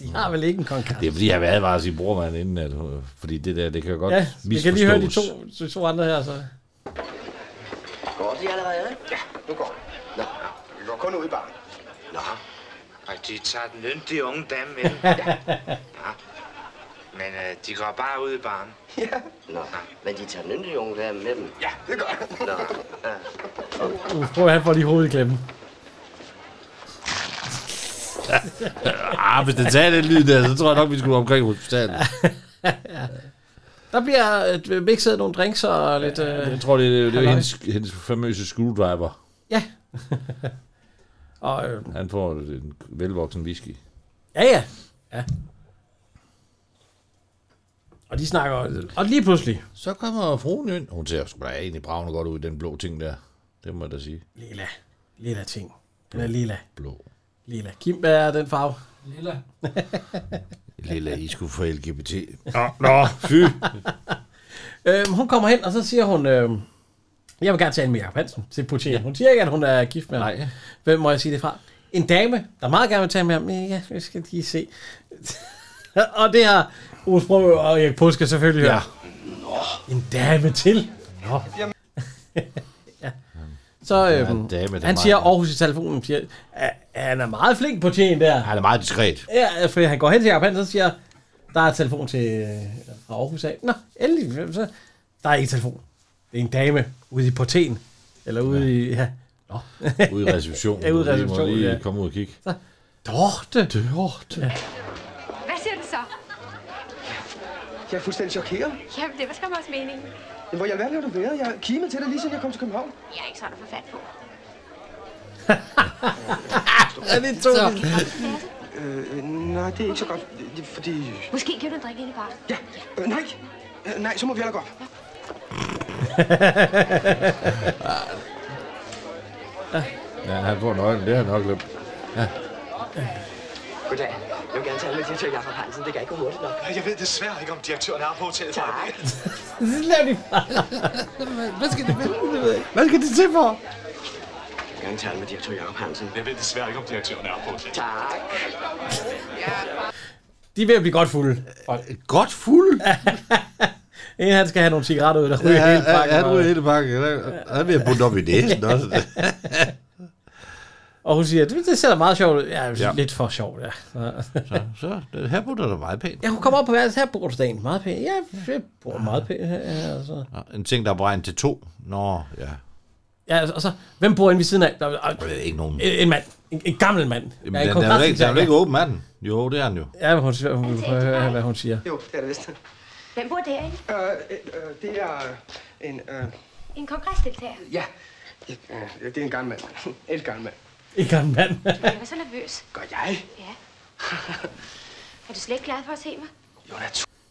B: De har vel ikke en kongres?
C: Det er fordi, jeg vil advare sin bror, mand, inden at, hun- fordi det der, det kan godt
B: Ja, vi kan lige høre de
C: misforstås.
B: to, de to andre her. Så.
J: Går de allerede? Ja, nu går de. Nå, vi går kun ud i baren.
S: Nå, og de tager den løndige unge dame med. ja. Nå. Men øh, de går bare ud i baren.
J: Ja. Nå, men de tager nyndige unge der med dem. Ja, det gør de. Nå, ja.
B: Uh, prøv at han får lige hovedet i klemme.
C: ah, hvis den sagde den lyd der, så tror jeg nok, vi skulle omkring hospitalet.
B: Der bliver øh, mixet nogle drinks og lidt... Øh,
C: Jeg tror, det, det, det er
B: halløj.
C: hendes, hendes famøse screwdriver.
B: Ja. og, øh,
C: Han får en velvoksen whisky.
B: Ja, ja. ja. Og de snakker... Og lige pludselig...
C: Så kommer fruen ind. Hun ser sgu da egentlig bravende godt ud i den blå ting der. Det må jeg da sige.
B: Lila. Lila ting. Den er lila.
C: Blå.
B: Lila. Kim, hvad er den farve?
F: Lilla.
C: Lilla, I skulle få LGBT. Nå, nå, fy.
B: øhm, hun kommer hen, og så siger hun... Øhm, jeg vil gerne tale med Jacob Hansen til portieren. Hun siger ikke, at hun er gift med ham. Nej. Hvem må jeg sige det fra? En dame, der meget gerne vil tale med ham. Men Ja, jeg skal lige se. og det har Ove Sprogøe og Erik Påske selvfølgelig ja. En dame til. Nå. ja. Så
C: Ja,
B: øhm,
C: en dame, der er
B: han siger Aarhus i telefonen, siger, "Ja, han er meget flink på tjen der.
C: Han er meget diskret.
B: Ja, for han går hen til Jacob Hansen og siger, der er telefon til øh, fra Aarhus af. Nå, endelig. hvem Så, der er ikke telefon. Det er en dame ude i porten. Eller ude ja. i... Ja. Nå.
C: Ude i receptionen.
B: ja, ude i
C: Du må
B: receptionen,
C: lige
B: ja.
C: komme ud og kigge.
B: Dorte. Dorte. Ja.
G: Hvad siger du så?
R: Jeg er fuldstændig chokeret.
G: Jamen, det var skam også meningen.
R: Men Hvor i alverden har du været? Jeg har kimet til dig lige siden jeg kom til København.
G: Jeg er ikke sådan at få fat på.
B: Er det to?
R: Øh, nej, det er ikke så godt, det er fordi...
G: Måske kan du drikke ind i baren.
R: Ja, øh, nej. Øh, nej, så må vi heller gå op.
C: Ja, han får nøglen. Det har han nok løbet. Ja.
T: Goddag. Jeg vil gerne tale med direktør Jakob Hansen. Det kan ikke gå hurtigt nok. Jeg ved desværre ikke, om direktøren er på hotellet. Tak.
B: Det laver de Hvad skal det være? Hvad skal det til for?
T: Jeg vil gerne tale med direktør Jakob Hansen. Jeg ved desværre ikke, om direktøren er på hotellet. Tak.
B: De er ved at blive godt fulde. Godt fulde? en han skal have nogle cigaretter ud, der ryger
C: Ja,
B: hele pakken.
C: han
B: og-
C: ryger hele pakken. Han- Han er ved at bunde op i næsen også.
B: og hun siger, det, det ser da meget sjovt ud. Ja,
C: Ja.
B: ja. lidt for sjovt, ja.
C: så, så, det her burde da meget pænt.
B: Ja, hun kommer op på værelset. Her bor du dagen meget pænt. Ja, jeg bor meget pænt her. ja, Altså.
C: Nå, En ting, der er beregnet til to. Nå, ja.
B: Ja, altså, og så, hvem bor inde ved siden af? Der,
C: er ikke nogen.
B: En, en mand. En, en gammel mand.
C: Jamen, den, den, er, vel ikke, den er vel ikke åben af den? Jo, det er han jo.
B: Ja, men hun, siger- hun, hun, høre, hvad hun siger.
R: Jo, det er det vist.
G: Hvem bor derinde?
R: Øh, øh, øh, det er øh, en... Øh,
G: En kongresdeltager.
R: ja, øh, det er en gammel mand. En gammel mand.
B: En gammel mand.
G: Jeg var så nervøs.
R: Gør jeg?
G: Ja. Er du slet ikke glad for at se mig?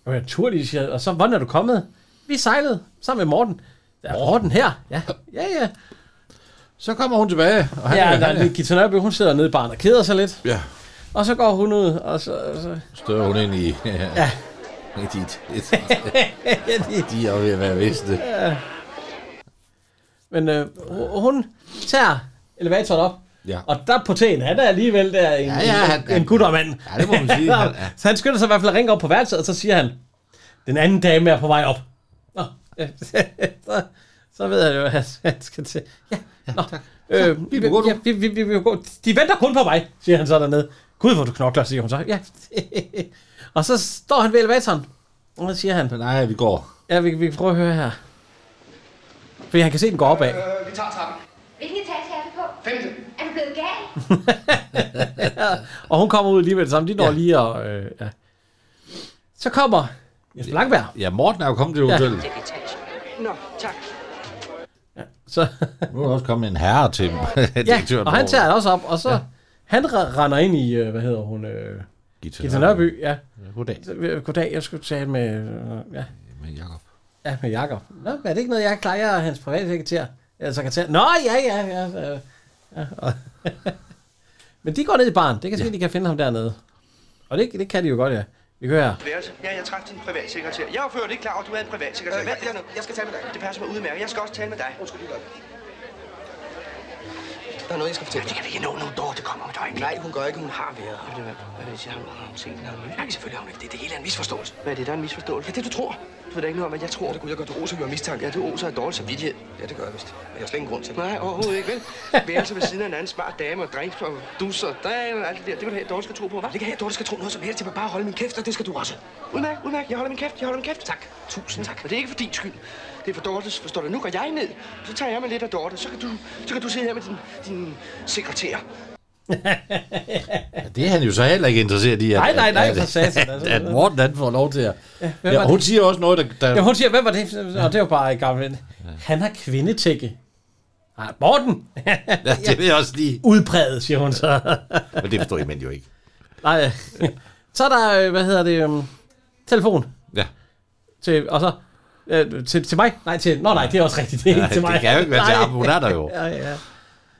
B: Jo, naturligvis. Ja. Og så, hvordan er du kommet? Vi sejlede sammen med Morten. Der er Morten her. Ja, ja, ja.
C: Så kommer hun tilbage. Og han
B: ja,
C: er-
B: der
C: han
B: er
C: er-
B: lidt Gita Nørby, hun sidder nede i baren og keder sig lidt.
C: Ja.
B: Og så går hun ud, og så... Og så.
C: Støder hun ind i...
B: Ja.
C: I dit. De er ved at være vidste.
B: Ja. Men øh, hu- hun tager elevatoren op,
C: Ja.
B: og der på tæen, han er alligevel der en, ja, ja, han, en, en guttermand.
C: Ja, det må man sige. Han- ja.
B: så han skynder sig i hvert fald at ringe op på værelset, og så siger han, den anden dame er på vej op. Nå, øh, så, så ved jeg jo, at han skal til. Ja, nå, øh, vi, vi, ja, vi, vi, vi, vi, må gå. de venter kun på mig, siger han så dernede. Gud, hvor du knokler, siger hun så. Ja. og så står han ved elevatoren, og så siger han,
C: nej, vi går.
B: Ja, vi, vi prøver at høre her. Fordi han kan se, den går opad.
T: vi tager trappen.
H: Hvilken etage er du på?
T: Femte.
H: Er du blevet gal?
B: og hun kommer ud lige med det samme. De når ja. lige og... Øh, ja. Så kommer Jesper Langberg.
C: Ja, Morten er jo kommet til hotellet. Ja.
R: Nå, tak.
B: Så.
C: Nu er der også kommet en herre til
B: ja,
C: direktøren.
B: og han
C: derovre.
B: tager det også op, og så... Ja. Han re- render ind i, øh, hvad hedder hun? Øh,
C: Gita
B: Gita
C: Nørby.
B: Nørby, ja.
C: Goddag.
B: Så, øh, Goddag, jeg skulle tale med... Øh, ja.
C: Med Jakob.
B: Ja, med Jakob. Nå, er det ikke noget, jeg klarer? Jeg er hans private sekretær. Eller sekretær. Nå, ja, ja, ja. ja, ja. Og- Men de går ned i baren. Det kan ske, ja. de kan finde ham dernede. Og det, det kan de jo godt, ja. Vi kører her.
T: Værelse. Ja, jeg trak din privatsekretær. Jeg var før ikke klar over, at du havde en privatsekretær. Øh, jeg, jeg, jeg skal tale med dig. Det passer mig udmærket. Jeg skal også tale med dig. Undskyld, lige Der er noget, jeg skal fortælle dig. Det kan vi ikke nå nu, Dorte. Det kommer om et øjeblik. Nej, hun gør ikke. Hun har været. Hvad, hvad, hvad vil det sige? Har hun, har hun set den? Har hun mødt? Nej, selvfølgelig har hun ikke det. Det hele er en misforståelse. Hvad er det, der er en misforståelse? Ja, det du tror. Du ved da ikke noget om, hvad jeg tror. Ja, det kunne jeg godt. Du oser jo af mistanke. Ja, du oser af dårlig samvittighed. Ja, det gør jeg vist. Men jeg har slet ingen grund til det. Nej, overhovedet ikke, vel? Værelse ved siden af en anden smart dame og drinks og dus og dame og alt det der. Det vil du have, at Dorte skal tro på, hva'? Det kan have, at Dorte skal tro noget som helst. Jeg vil bare holde min kæft, og det skal du også. Udmærk, udmærk. Jeg holder min kæft, jeg holder min kæft. Tak. Tusind tak. Men det er ikke for din skyld. Det er for Dortes, forstår du? Nu går jeg ned. Så tager jeg med lidt af Dorte. Så kan du, så kan du sidde her med din, din sekretær.
C: Ja, det er han jo så heller ikke interesseret i. At,
B: Nej, nej, nej,
C: at,
B: for satan,
C: At,
B: altså.
C: at Morten han får lov til at... Ja,
B: hvem var
C: ja, hun
B: det?
C: siger også noget, der... der
B: Ja, hun siger, hvad var det? Og det var bare i gamle. Han har kvindetække. Nej, Morten!
C: ja, det vil jeg også lige...
B: Udpræget, siger hun så.
C: Men det forstår I mænd jo ikke.
B: Nej. Så er der, øh, hvad hedder det, øhm, telefon.
C: Ja.
B: Til, og så, øh, til, til mig? Nej, til, nå nej, det er også rigtigt, det er
C: Nej,
B: ikke til
C: det
B: mig.
C: kan jo ikke være til
B: Nej.
C: ham, hun er der jo.
B: Ja, ja.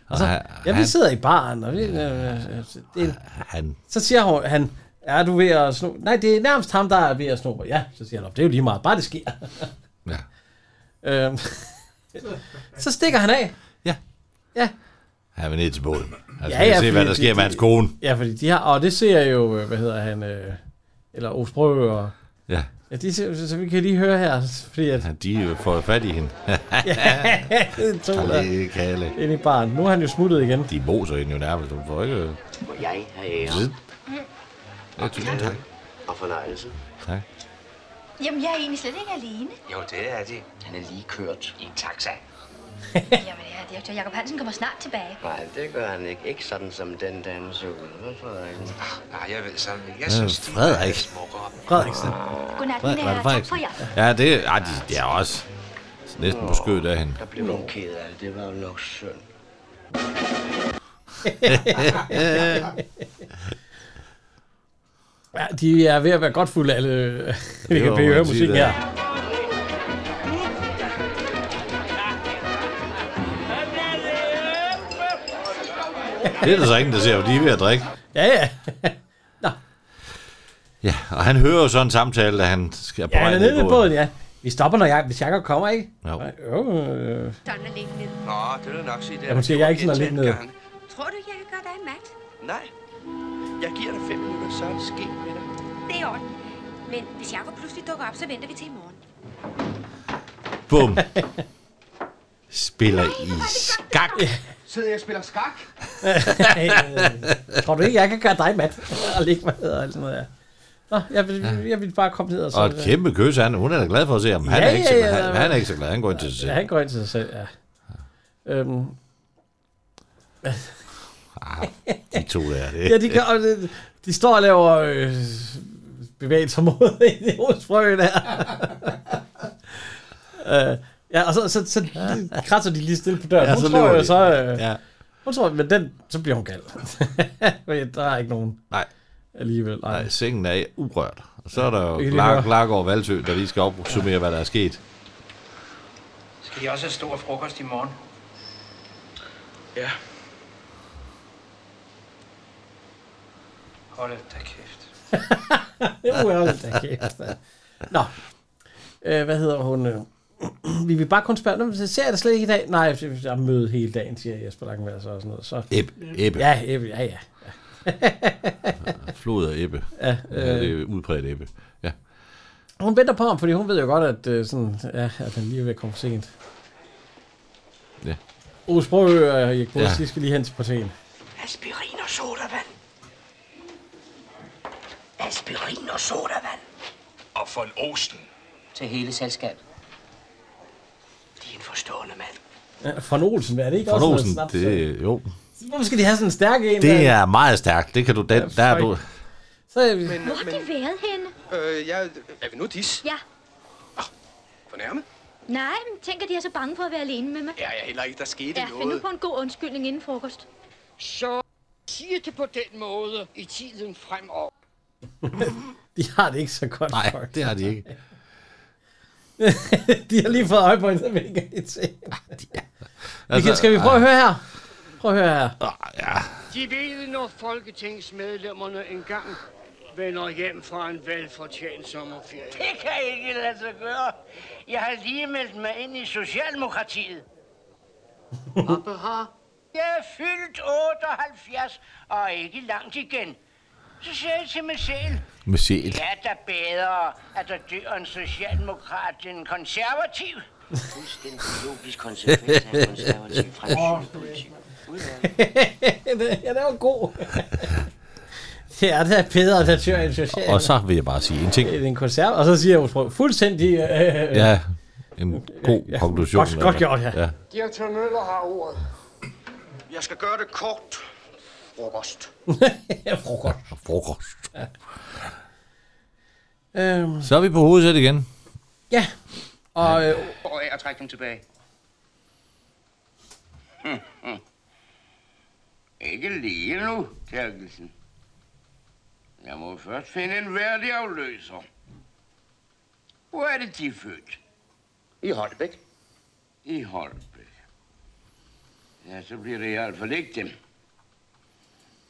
C: Og
B: så-
C: han-
B: Ja, vi
C: han-
B: sidder i baren, og vi, øh, øh, det,
C: han,
B: så siger hun, han, er du ved at sno? Nej, det er nærmest ham, der er ved at sno mig. Ja, så siger han, "Nå, det er jo lige meget, bare det sker. Ja. øhm, så stikker han af.
C: han vil ned til båden. Han
B: Ja,
C: skal ja,
B: ja,
C: se, hvad
B: fordi
C: der
B: de-
C: sker med
B: de-
C: hans kone.
B: Ja, fordi de har, og det ser jo, øh, hvad hedder han, øh, eller Osbrø og...
C: Ja.
B: Ja, de ser, så, så vi kan lige høre her, fordi at...
C: Ja, de øh, får fat i hende.
B: Ja, det tog der.
C: Kalle, Kalle.
B: Ind i baren. Nu er han jo smuttet igen.
C: De moser hende jo nærmest. Hun får ikke...
J: Må jeg have ære.
C: Sid.
J: Og
C: tusind tak.
J: Og fornøjelse.
C: Tak.
N: Jamen, jeg er egentlig slet ikke alene.
J: Jo, det er det. Han er lige kørt i en taxa.
N: Jamen, ja, direktør Jakob Hansen kommer snart tilbage.
J: Nej, det gør han ikke. Ikke sådan som den dame så ud. Hvorfor ikke? Ah, Nej, jeg ved sådan ikke.
C: Jeg synes, de Frederik. Frederiksen.
N: Godnat,
C: Frederik-
N: mine
C: var
N: herrer.
C: det
N: Tak
C: Frederiksen?
N: for jer.
C: Ja, det, ah, de, de er også næsten på skødet af hende.
J: Der blev hun ked af det. Det var jo nok synd.
B: Ja, de er ved at være godt fulde alle. Vi kan
C: må man
B: høre
C: sige,
B: musikken
C: det er.
B: her.
C: Det er der så ingen, der ser, for de er ved at drikke.
B: Ja, ja.
C: Ja, og han hører jo så en samtale, da han skal på
B: Ja,
C: vej
B: han er
C: ned i
B: nede ved båden, ja. Vi stopper, når jeg, hvis Jakob kommer, ikke?
C: Jo.
B: Nej, Jo. øh.
H: Sådan er længe ned.
J: Nå, det vil jeg nok sige. Det
B: Ja, man siger, jeg er ikke sådan
J: gentaget
B: lidt nede.
J: gange.
H: Tror du, jeg kan gøre dig mat?
J: Nej, jeg giver dig fem minutter, så er det sket med dig.
H: Det er ordentligt. Men hvis Jakob pludselig dukker op, så venter vi til i morgen.
C: Bum. Spiller i skak.
R: Sidder jeg og spiller skak?
B: Øh, Tror du ikke, jeg kan gøre dig mat? Og ligge mig ned og alt sådan noget, ja. Nå, jeg vil, jeg vil bare komme ned og så...
C: Og et kæmpe kys. Han, hun er da glad for at se ham. Han,
B: Ja,
C: er, ikke så,
B: ja, ja,
C: han,
B: ja.
C: han er ikke så glad. Han går ind til sig selv.
B: Ja, han går ind til sig selv, ja. Øhm,
C: De to der. Det.
B: ja, de, gør, og det- de står og laver øh, bevægelser mod i hovedsprøgen der. øh, ja, og så, så, så krasser de lige stille på døren.
C: Ja,
B: Ja, hun
C: så
B: tror
C: løber
B: jo
C: de.
B: så... Øh,
C: Ja.
B: Hun tror, men den, så bliver hun gal. Men der er ikke nogen.
C: Nej.
B: Alligevel. Nej.
C: Nej, sengen er urørt. Og så er der
B: Vi
C: jo
B: kan lige høre.
C: Clark, Clark over Valsø, der lige skal opsummere, hvad der er sket.
T: Skal de også have stor frokost i morgen? Ja. Hold da kæft.
B: Jo, hold da kæft. Nå. Øh, hvad hedder hun? øh? vi vil bare kun spørge, "Nå, men så ser jeg det slet ikke i dag? Nej, jeg jeg er møde hele dagen, siger Jesper Langvær så og sådan noget. Så,
C: Ebbe. Ebbe.
B: Ja, Ebbe, ja, ja.
C: Flod og æbbe.
B: Ja,
C: ja,
B: øh.
C: det er udbredt æbbe. Ja.
B: Hun venter på ham, fordi hun ved jo godt, at, øh, sådan, ja, at han lige er ved at komme for sent.
C: Ja.
B: Ole Sprogø og Erik Bus,
C: Ja.
B: ja. de skal lige hen til portalen.
T: Aspirin og sodavand. Aspirin og sodavand.
E: Og von Osten.
K: Til hele selskabet.
T: De er en forstående mand.
B: Ja, von Olsen, hvad er det ikke
C: Von
B: også? noget
C: Olsen,
B: snaps?
C: det, jo.
B: Hvorfor skal de have sådan en stærk en?
C: det
B: der?
C: er meget stærkt. Det kan du, den, der er du.
B: Så er vi...
D: Men,
G: Hvor har de været henne?
D: øh, jeg, er vi nu dis?
G: Ja.
D: Fornærmet?
G: Nej, men tænk, at de er så bange for at være alene med mig.
D: Ja, jeg heller ikke, der skete
G: Ja, find nu
D: noget.
G: på en god undskyldning inden frokost.
L: Så siger det på den måde i tiden fremover.
B: De har det ikke så godt.
C: Nej,
B: folk.
C: det har de ikke.
B: de har lige fået øje på en, så vinker de til. Altså,
C: Altså,
B: skal vi prøve at
C: ej.
B: høre her? Prøv at høre her.
C: Ah,
L: De ved, når folketingsmedlemmerne engang vender hjem fra en velfortjent sommerferie.
A: Det kan ikke lade sig gøre. Jeg har lige meldt mig ind i Socialdemokratiet.
L: Oppe her.
A: Jeg er fyldt 78 og ikke langt igen. Så siger jeg til mig selv.
C: Med sjæl.
A: Ja, der er bedre, at der dør en socialdemokrat end en konservativ. Fuldstændig logisk konsekvens af en konservativ fremsynspolitik.
B: ja, det var god. det er da bedre, der tør end socialt.
C: Og så vil jeg bare sige en ting.
B: Det er en koncert, og så siger jeg fuldstændig... Øh, øh,
C: Ja, en god
B: Ja,
C: konklusion.
B: godt- godt gjort, ja.
C: ja.
L: Direktør Møller har ordet.
D: Jeg skal gøre det kort. Frokost.
B: frokost.
C: Frokost.
B: Ja. Øhm,
C: Så er vi på hovedet igen.
B: ja, og øh,
A: Hvor er at trække dem tilbage? Hmm, hmm. Ikke lige nu, Terkelsen. Jeg må først finde en værdig afløser. Hvor er det, de er født? I Holbæk. I Holbæk. Ja, så bliver det i hvert fald ikke dem.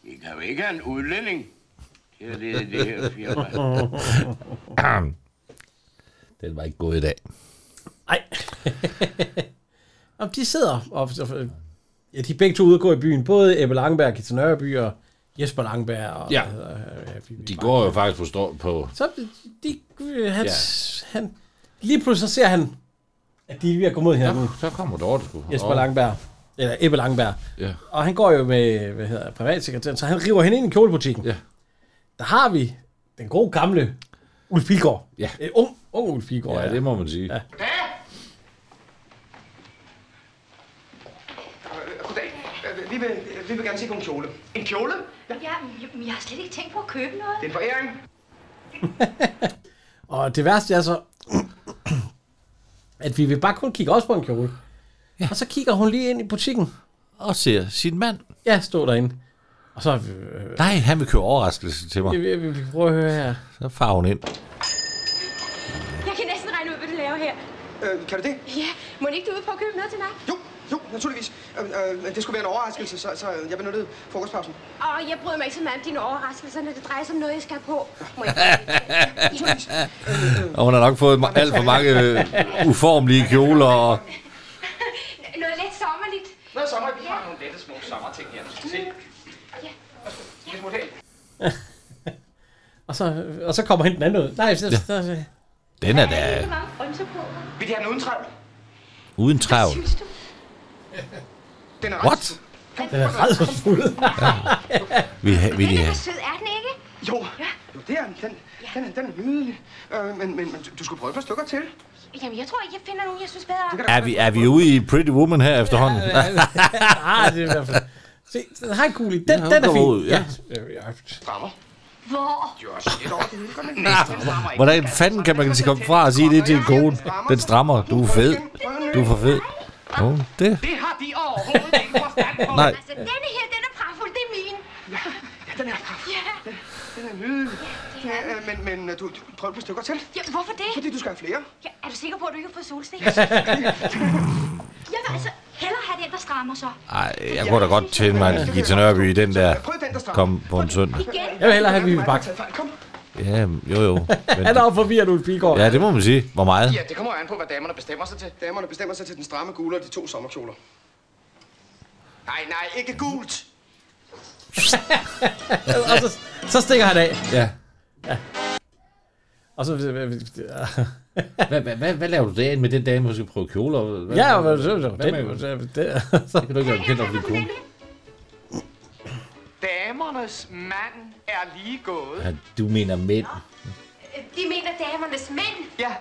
A: Vi kan jo ikke have en udlænding til at lede det her firma.
C: Den var ikke god i dag.
B: Nej. Jamen, de sidder og... og- Ja, de er begge to ude og gå i byen. Både Ebbe Langeberg, Gita Nørreby og Jesper Langeberg. Og,
C: Ja.
B: Og, øh, vi- vi-
C: De går jo faktisk på... Stå, på
B: Så de, øh, han, ja.
C: Ja.
B: han, lige pludselig så ser han, at de er ved at gå mod hinanden.
C: Ja, så kommer Dorte sgu.
B: Jesper
C: Åh.
B: Langberg. Eller Ebbe Langberg.
C: Ja.
B: Og han går jo med, hvad hedder det, privatsekretæren, så han river hende ind i kjolebutikken.
C: Ja.
B: Der har vi den gode gamle Ulf Pilgaard.
C: Ja.
B: Øh, ung, ung Ulf Pilgaard.
C: ja, det må man sige. Ja.
D: Goddag. Øh, Vi vil, vi vil gerne se på en kjole. En kjole?
N: Ja, men jeg, men jeg har slet ikke tænkt på at købe noget.
D: Det er en foræring.
B: Og det værste er så, at vi vil bare kun kigge også på en kjole. Ja. Og så kigger hun lige ind i butikken.
C: Og ser sin mand.
B: Ja, stå derinde. Og så... Øh,
C: Nej, han vil købe overraskelse til mig.
B: vi, vi, vi prøver at høre her.
C: Så farer hun ind.
G: Jeg kan næsten regne ud, hvad du laver her.
D: Øh, kan du det?
G: Ja, må ikke du ud på at købe noget til mig?
D: Jo, jo, naturligvis. Øh, øh, det skulle være en overraskelse, så, så jeg benyttede frokostpausen.
G: Og jeg bryder mig ikke så meget om dine overraskelser, når det drejer sig om noget, jeg skal have på. Må jeg
C: og hun har nok fået ma- alt for mange øh, uformlige kjoler. Og...
G: Noget lidt sommerligt.
D: Noget sommerligt. Vi har nogle lette små sommerting her, du skal se.
G: Ja.
D: Lidt model.
B: Og så, og så kommer hende den anden ud. Nej, så, ja. så, så,
C: Den er da
G: mange frynser på.
D: Vil de have den uden træl?
C: uden travl.
G: Synes du?
D: Den er
C: What?
B: Den er rædselsfuld.
C: Vil, I have- vil de
G: Den er
C: have?
G: sød, er den ikke?
D: Jo, jo det er den. Den, den, er- den er nydelig. Øh, men, men, men du- du skulle prøve et par stykker til.
G: Jamen, jeg tror ikke, jeg finder nogen, jeg synes bedre om.
C: Er vi, er vi ude i Pretty Woman her efterhånden?
B: ah, det er i hvert fald... Se, den har en kugle i. Den,
C: Ja,
B: den er
C: den går ud,
B: fin. Øh,
C: ja.
D: Strammer.
G: Hvor?
D: Jo, også lidt over det hele. Kom, den den strammer ikke.
C: Hvordan fanden kan man komme fra at sige det til en kone? Den strammer. Du er fed. Du er for fed. Jo, det.
D: Det har de overhovedet ikke forstand på.
C: Nej.
G: Altså, denne her, den er pragtfuld, det er min.
D: Ja, ja, den er pragtfuld.
G: Ja.
D: Den er nydelig. Ja, øh, men, men øh, du, du prøv et par stykker til.
G: ja, hvorfor det?
D: Fordi du skal have flere.
G: Ja, er du sikker på, at du ikke har fået solstik? jeg vil altså hellere have den, der strammer så.
C: Ej, jeg kunne da godt tænde mig en Gita Nørby i den der kom på en søndag.
G: Igen?
B: Jeg vil hellere have Vivi Bak.
C: Ja, jo jo.
B: Han er jo forvirret, Ulf Pilgaard.
C: Ja, det må man sige. Hvor meget?
T: Ja, det kommer an på, hvad damerne bestemmer sig til. Damerne bestemmer sig til den stramme gule og de to sommerkjoler. Nej, nej, ikke gult!
B: og så, så stikker han af.
C: Ja.
B: ja. Og så...
C: Hvad, hvad, hvad, hvad laver du derinde med den dame, hun skal prøve kjoler? Hvad,
B: Ja,
C: hvad,
B: men så- så-
C: hvad,
B: den-
C: hvad,
B: det, så
C: kan du ikke være bekendt over din kone.
T: Damernes mand er lige gået.
C: Ja, du mener mænd.
N: De mener damernes mænd.
T: Ja,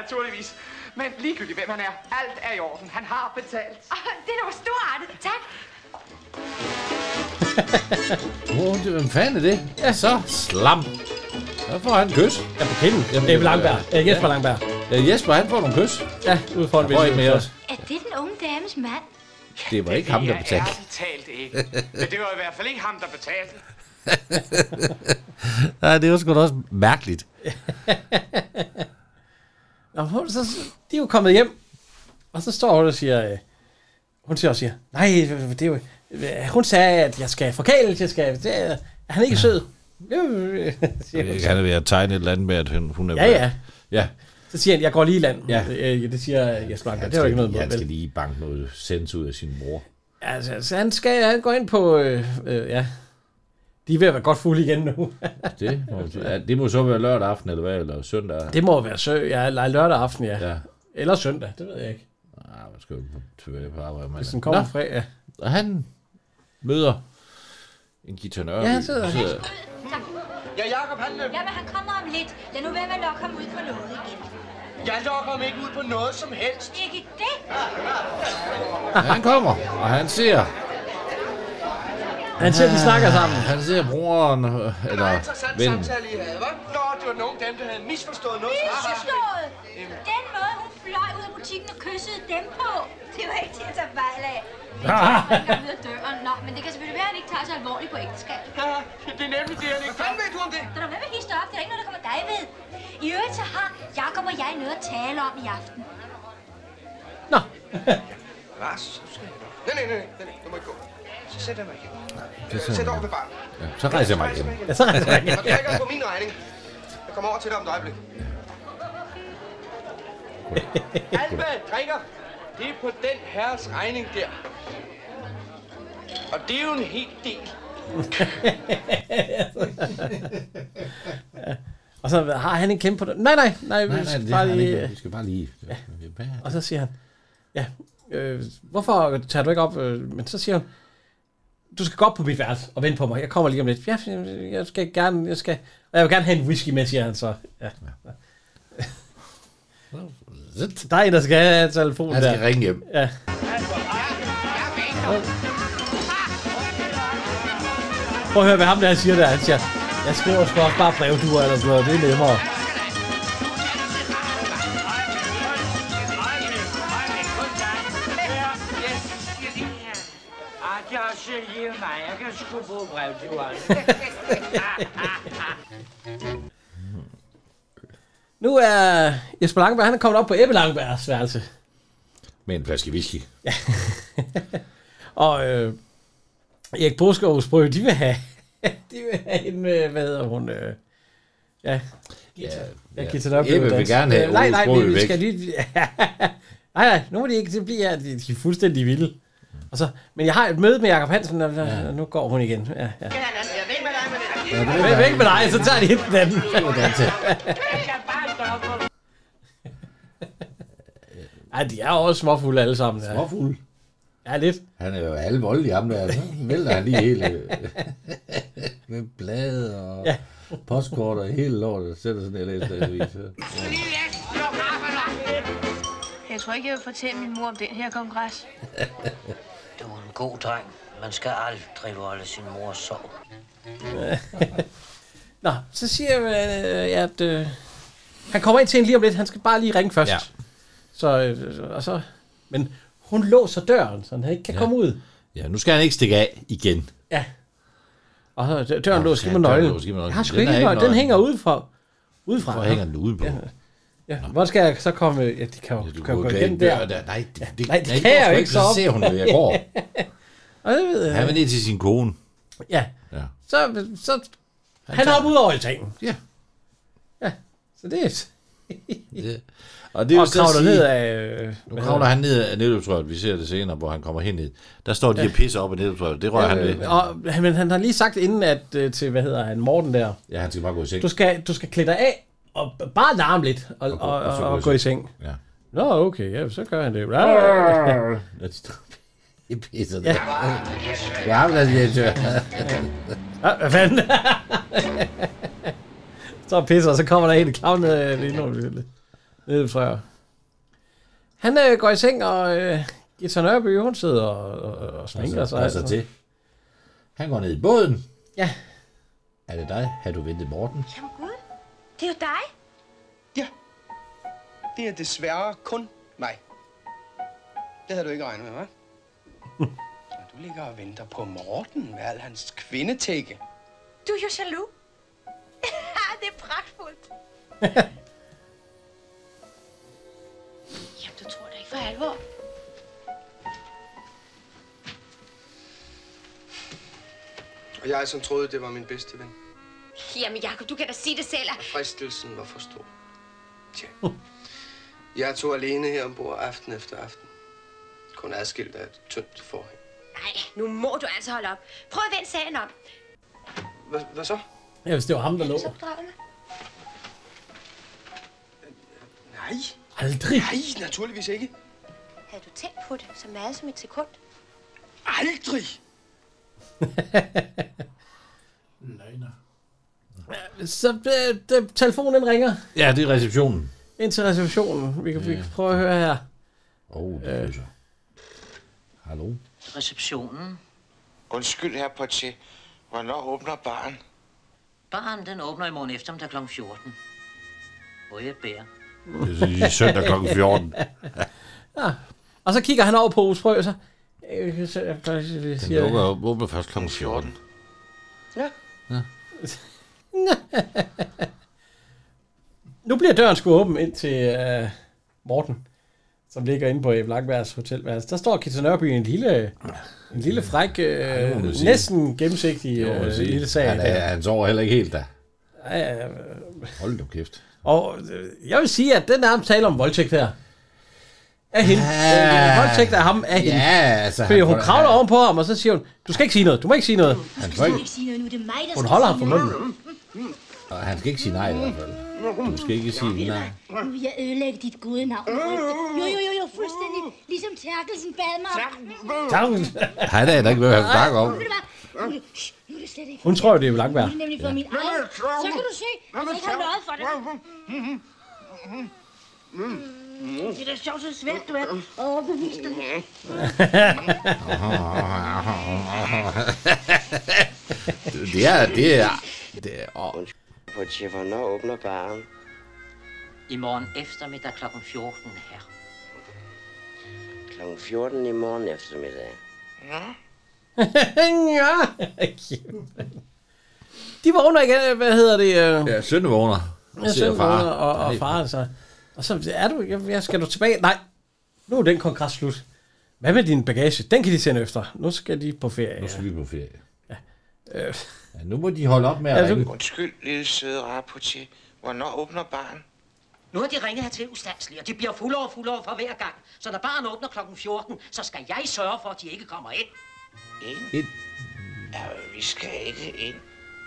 T: naturligvis. Men ligegyldigt hvem han er, alt er i orden. Han har betalt.
N: Det er da storartet. Tak.
C: Hvor det, hvem fanden er det? Ja, så slam. Så får han en kys. Ja, på kinden. Jamen,
B: Det er Langberg. Ja, Jesper
C: ja.
B: Langberg.
C: Ja, Jesper, han får nogle kys.
B: Ja, ud foran
C: vinduet. ikke med
B: vinduet.
C: os.
N: Er det den unge dames mand?
C: Det var ikke ham, der betalte.
T: talt ikke. Men det var i hvert fald ikke ham, der betalte.
C: Nej, det var sgu da også mærkeligt.
B: Nå, hun, så, de er jo kommet hjem, og så står hun og siger, øh, hun siger, og siger nej, det er jo, øh, hun sagde, at jeg skal forkæles, jeg skal, det er, er han ikke sød? Jo, øh, siger hun.
C: Han er ved at tegne et eller andet med, at hun hun er...
B: Ja, ja.
C: Ja.
B: Så siger han, jeg går lige i land.
C: Ja.
B: Øh, det siger øh, Jesper Anker.
C: Han
B: Det var
C: skal-
B: ikke noget
C: Han
B: mod,
C: skal
B: vel?
C: lige banke noget sendt ud af sin mor.
B: Altså, så han, skal, han går ind på, øh, øh, ja. De er ved at være godt fulde igen nu.
C: Det må, ja, det må så være lørdag aften, eller hvad? Eller søndag?
B: det må være sø, ja, eller lørdag aften, ja. ja. Eller søndag, det ved jeg ikke.
C: Nej, man Ah, skal jo tilbage på arbejde. mandag.
B: Hvis den kommer
C: Nå.
B: fredag.
C: Og han møder en Gita Nørby.
B: Ja, han sidder
C: Han
B: her.
N: Tak.
T: Ja, Jacob, han... øh,
N: Jamen, han kommer om lidt. Lad nu være med at lokke ham ud på noget igen.
T: Jeg lokker ham ikke ud på noget som helst.
N: Ikke det?
C: Ja, han kommer, og han ser...
B: Han ser, de snakker sammen.
C: Han ser broren, øh, eller
T: Interessant
C: vennen.
T: samtale, I havde, hva'? Nå, det var nogen af dem, der havde misforstået noget. som jeg har haft.
N: Misforstået. Den måde, hun fløj ud af butikken og kyssede dem på, det var ikke til at tage fejl af. Det tror jeg, han går ud af døren. Nå, men det kan selvfølgelig være, at han ikke tager så alvorligt på ægteskab.
T: Ja, det er nemlig det, han ikke... Hvad fanden ved du om det?
N: Så der er med at hisse op. Det er ikke noget, der kommer dig ved. I øvrigt så har Jakob og jeg noget at tale om i aften.
T: Hvad? Så skal jeg nok. Nej, nej, nej, nej, nej, du må ikke gå. Så sæt dig mig igen.
C: Det er sådan,
T: Sæt dig over ved barnet.
C: Ja, så rejser jeg mig igen.
B: Ja, så rejser jeg mig igen.
T: Og du drikker på min regning. Jeg kommer over til dig om et øjeblik. Alt hvad jeg drikker, det er på den herres regning der. Og det er jo en hel del.
B: Og så har han en kæmpe på den. Nej, nej, nej,
C: Nej,
B: vi
C: nej,
B: skal
C: det
B: bare
C: har han
B: lige...
C: ikke. Vi skal bare lige... Ja.
B: Og så siger han, ja, øh, hvorfor tager du ikke op? Øh, Men så siger hun, du skal gå op på mit værelse og vente på mig. Jeg kommer lige om lidt. Ja, jeg skal gerne, jeg skal... Og jeg vil gerne have en whisky med, siger han så. Ja. Der er en, der skal have telefonen
C: Han
B: der.
C: skal ringe hjem.
B: Ja. Prøv at høre, hvad ham der siger der. Han siger, jeg skriver sgu også bare brevduer eller sådan noget. Det er nemmere.
I: Ah, det er også lige mig. Jeg kan sgu bruge brevdueren.
B: Nu er Jesper Langeberg, han er kommet op på Ebbe Langebergs værelse.
C: Med en flaske whisky.
B: Og øh, Erik Boskov og Sprø, de vil have, de vil have en, øh, hvad hedder hun, øh, ja,
C: Ja,
B: jeg
C: ja.
B: kan tage op.
C: Ebbe vil gerne have
B: Øh, Nej, nej,
C: Ole
B: vi, vi
C: væk.
B: skal lige... nej, nej, nu må de ikke, det bliver, de, de er fuldstændig vilde. Og så, men jeg har et møde med Jakob Hansen, og, ja. og nu går hun igen. Ja, ja.
I: Jeg ved med dig, med dig.
B: Ja, væk, væk med dig, så tager de hende den anden. Ej, de er jo også småfulde alle sammen. Ja.
C: Småfulde?
B: Ja, lidt.
C: Han er jo alvoldelig, ham der. Så vælter han lige hele... øh, med blade og
B: Ja.
C: postkort og hele lortet. Sætter sådan en læser.
N: Jeg tror ikke, jeg vil fortælle min mor om den her kongres.
K: Du er en god dreng. Man skal aldrig volde sin mors sorg.
B: Nå, så siger jeg, øh, at øh, han kommer ind til hende lige om lidt. Han skal bare lige ringe først.
C: Ja.
B: Ja. Så, øh, og så, men hun låser døren, så han ikke kan ja. komme ud.
C: Ja, nu skal han ikke stikke af igen.
B: Ja. Og så dø- døren
C: Nå,
B: låst.
C: ja,
B: Giv mig
C: døren
B: nøglen.
C: låst. Giv mig nøglen.
B: Jeg har sgu
C: Den
B: ikke
C: er ikke
B: nøglen. Den
C: nøglen.
B: hænger udenfor. Udefra.
C: Hvor hænger den ude på?
B: Ja. Ja, hvor skal jeg så komme? øh, Ja, de kan jo ja, kan jo
C: gå
B: gå
C: igennem
B: igennem der.
C: døren der. Nej, det-
B: Ja,
C: det-
B: nej, det
C: nej, det
B: kan
C: går
B: jeg
C: sgu
B: jo
C: ikke.
B: ikke
C: Så ser hun jo, jeg går.
B: og det ved jeg.
C: Han vil ned til sin kone.
B: Ja.
C: Ja.
B: Så, så Han, han hoppede ud over altanen.
C: Ja.
B: Ja, så det er...
C: Ja. Og det vil
B: Og
C: så
B: kravler
C: sige-
B: ned af, øh,
C: Nu
B: hvad
C: kravler
B: hedder
C: han ned af nedløbsrøret. Vi ser det senere, hvor han kommer hen ned. Der står de
B: Ja.
C: og pisser op af nedløbsrøret. Det rører han ved.
B: øh, Og, men han har lige sagt inden, at øh, til, hvad hedder han, Morten der,
C: Ja, han skal bare gå i seng.
B: du skal, du skal klæde dig af og b- bare larme lidt og, og, og,
C: og så
B: og, og gå i seng.
C: Ja.
B: Nå, okay, ja, så gør han det.
C: Ja, de står i pisser.
B: Ja.
C: Ja, men altså, jeg tør.
B: Ja, hvad fanden? så pisser, og så kommer der en og klavner lige nu. Nede tror jeg. Han øh, går i seng, og øh, Gita Nørby, hun sidder og, og, og sminker
C: Altså,
B: sig.
C: altså til. Han går ned i båden.
B: Ja.
C: Er det dig? Har du ventet Morten?
H: Jamen Gud, det er jo dig.
D: Det er desværre kun mig. Det havde du ikke regnet med, hva'? Og du ligger og venter på Morten med al hans kvindetække.
H: Du er jo jaloux. det er pragtfuldt. Jamen, du tror da ikke for alvor.
T: Og jeg, som troede, det var min bedste ven.
H: Jamen, Jacob, du kan da sige det selv.
T: Fristelsen var for stor. Tja. Jeg tog alene her ombord aften efter aften. Kun adskilt af et tyndt forhæng.
H: Nej, nu må du altså holde op. Prøv at vende sagen om.
T: Hvad, hvad så?
B: Ja, hvis det var ham, der lå.
H: Opdragende.
T: Nej.
B: Aldrig.
T: Nej, naturligvis ikke.
H: Havde du tænkt på det så meget som et sekund?
T: Aldrig.
B: Så øh, det, telefonen ringer
C: Ja, det er receptionen.
B: ind til receptionen. Vi kan, vi kan prøve at høre her.
C: Åh, oh, det øh. Hallo?
K: Receptionen.
S: Undskyld, herre Portier. Hvornår åbner baren?
K: Baren, den åbner i morgen eftermiddag kl. 14. Hvor jeg bærer.
C: Det er så lige søndag klokken 14.
B: Ja. Og så kigger han over på Ous Brøg, og så... Øh, så jeg, jeg, jeg
C: Den
B: siger,
C: lukker op, åbner først kl. 14.
T: Ja.
B: nu bliver døren sgu åben ind til øh, Morten, som ligger inde på øh, Blankbergs hotelværelse. Der står Kitty Nørby i en lille, en lille fræk,
C: Ja, det må
B: øh,
C: man sige.
B: næsten gennemsigtig
C: Det må man
B: øh,
C: sige.
B: lille sag.
C: Han, er,
B: der.
C: han sover heller ikke helt der.
B: Ja, ja, øh,
C: Hold nu kæft.
B: Og øh, jeg vil sige, at den der tale om voldtægt her, af hende.
C: Ja.
B: Ja. Voldtægt af ham, af hende.
C: Ja, altså,
B: Fordi
C: han-
B: hun kravler ovenpå ham, og så siger hun, du skal ikke sige noget, du må ikke sige noget.
C: Han
H: Du
C: får
H: skal
C: ikke,
H: ikke sige noget nu, det er mig, der
B: Hun
H: skal
B: holder ham
H: sige
B: for
H: noget.
B: munden.
C: og han skal ikke sige nej i hvert fald. Du skal ikke sige nej.
H: Nu vil jeg ødelægge dit gode navn. Røgte. Jo, jo, jo, jo, fuldstændig. Ligesom Terkelsen bad mig.
C: Han er da ikke, hvad han snakker om.
H: Ved du hvad? Nu, shh, nu er det slet ikke.
B: Hun tror jo, det er Blankberg.
H: Nu er det nemlig for
B: Ja.
H: min egen. Så kan du se, at jeg ikke har løjet for dig. Mm, Det er da sjovt, så svært du er. Overbevist dig.
C: det er, det er, det er, åh.
K: Portier, hvornår åbner baren? I morgen eftermiddag kl. 14, her.
Q: Klokken 14 i morgen eftermiddag.
K: Ja.
B: ja. De vågner igen, hvad hedder det? Øh,
C: Ja, sønne vågner.
B: Ja, søn far. Og, og far, altså. Og så er du, jeg, jeg skal du tilbage? Nej, nu er den kongres slut. Hvad med din bagage? Den kan de sende efter. Nu skal de på ferie.
C: Nu skal vi på ferie.
B: Ja. Øh,
C: Ja, nu må de holde op med at
B: Altså-
C: ringe.
S: Undskyld, lille søde rare Portier. Hvornår åbner baren?
K: Nu har de ringet hertil ustandsligt, og de bliver fuldere og fuldere for hver gang. Så når baren åbner kl. 14, så skal jeg sørge for, at de ikke kommer ind.
S: Ind?
C: Ind.
S: Ja,
T: Øh,
S: vi skal ikke ind.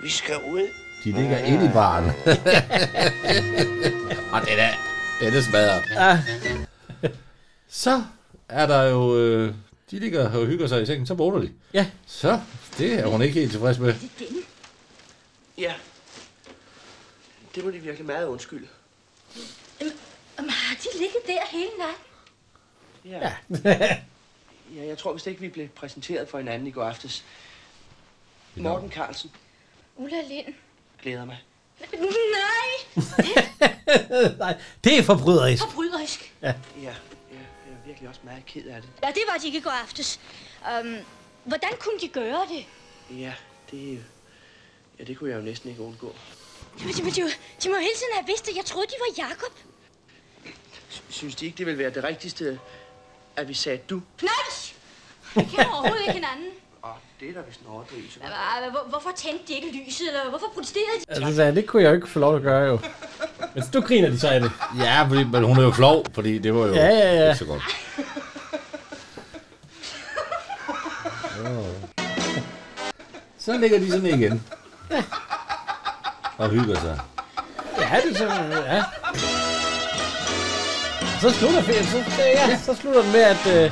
S: Vi skal ud.
C: De ligger inde i baren. og den er, den er smadret.
B: Ja.
C: Så er der jo, øh, de ligger og hygger sig i sengen, så vågner de.
B: Ja.
C: Så, det er hun ikke helt tilfreds med.
T: Ja. Det må de virkelig meget undskylde.
N: Jamen, har de ligget der hele natten?
T: Ja. ja, jeg tror vist ikke, vi blev præsenteret for hinanden i går aftes. Morten Carlsen
N: Ulla Lind.
T: glæder mig.
N: Nej!
B: Nej, det er forbryderisk.
N: Forbryderisk.
B: Ja.
T: Ja, ja, jeg er virkelig også meget ked af det.
N: Ja, det var de ikke i går aftes. Um,
H: Øhm,
N: hvordan kunne de gøre det?
T: Ja, det... øh, Ja, det kunne jeg jo næsten ikke undgå.
N: Jamen, de, de, de må hele tiden have vidst det. Jeg troede, de var Jakob.
T: Synes de ikke, det ville være det rigtigste, at vi sagde du?
N: Nej! Vi kender overhovedet ikke hinanden.
T: Og det er da vist en overdrivelse.
N: Hva- hva- hvor- Hvorfor tændte de ikke lyset, eller hvorfor protesterede de?
B: Altså, sagde, jeg, det kunne jeg jo ikke få lov at gøre, jo. Men du griner de så af det.
C: Ja, fordi, men hun er jo flov, fordi det var jo
B: Ja, ja, ja.
C: ikke så godt. Så ligger de sådan igen. Og hygger sig.
B: Ja, det er så, ja. Så slutter filmen, så, ja, så slutter den med, at, øh,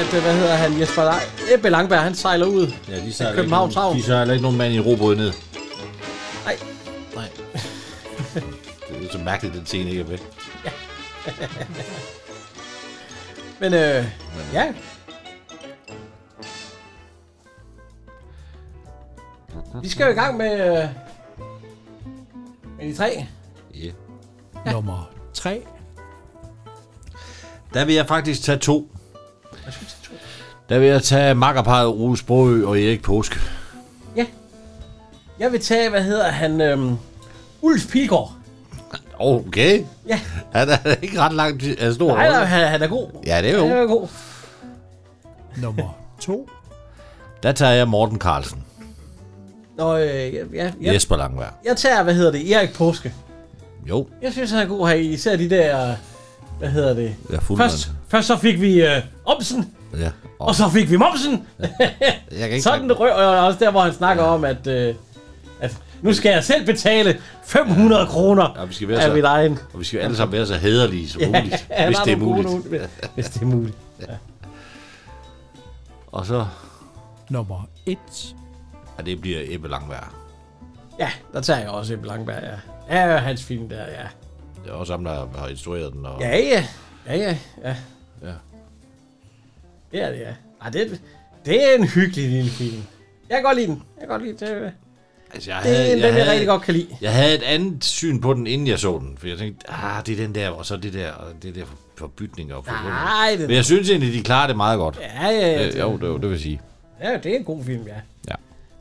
B: at øh, hvad hedder han, Jesper Lang, Ebbe Langberg, han sejler ud
C: Ja, de
B: af
C: sejler
B: Københavns
C: ikke nogen,
B: Havn.
C: de sejler ikke nogen mand i en robåd ned.
B: Nej. Nej.
C: Det er så mærkeligt, den scene ikke er væk.
B: Men øh, ja, vi skal jo i gang med, øh, med de tre.
C: Ja.
B: Nummer tre.
C: Der vil jeg faktisk tage to. Der vil jeg tage makkerparet Rune Sprogø og Erik Påske.
B: Jeg vil tage, hvad hedder han, øh, Ulf Pilgaard.
C: Okay.
B: Ja.
C: Han er da ikke ret langt af stor
B: Nej, nej,
C: rolle.
B: han, han er god.
C: Ja, det er jo.
B: Han er god.
C: To. Der tager jeg Morten Carlsen.
B: Nå, øh, ja, ja,
C: Ja.
B: ja.
C: Jesper Langberg.
B: Jeg tager, hvad hedder det, Erik Påske.
C: Jo.
B: Jeg synes, han er god her, i, især de der, hvad hedder det?
C: Ja, fuldmand.
B: først, først så fik vi øh, Omsen,
C: Ja.
B: og, og så fik vi Momsen.
C: Jeg kan ikke
B: Sådan det røv, og også der, hvor han snakker om, at, øh, at nu skal jeg selv betale 500 kroner
C: Og vi skal være
B: af mit
C: så,
B: egen.
C: og vi skal alle sammen være så hederlige som muligt, ja, hvis
B: der
C: det er
B: nogle gode
C: muligt.
B: nogle- Hvis det er muligt. Ja.
C: Og så...
B: Nummer 1.
C: Ja, det bliver Ebbe Langberg.
B: Ja, der tager jeg også Ebbe Langberg, ja. Ja, hans film der, ja.
C: Det er også ham, der har instrueret den. Og...
B: Ja, ja. Ja, ja, ja.
C: Ja.
B: Det er det, ja. Ej, det, det er en hyggelig lille film. Jeg kan godt lide den. Jeg kan godt lide det.
C: Altså, jeg
B: Det er en, den, jeg rigtig godt kan lide.
C: Jeg havde et andet syn på den, inden jeg så den. For jeg tænkte, ah, det er den der, og så det der, og det der for- forbytninger. Og
B: Nej, det-
C: Men jeg synes egentlig, de klarer det meget godt.
B: Ah. Ja, ja, ja,
C: Øh,
B: det-
C: jo, det, jo, det vil sige.
B: Ja, det er en god film, ja.
C: Ja.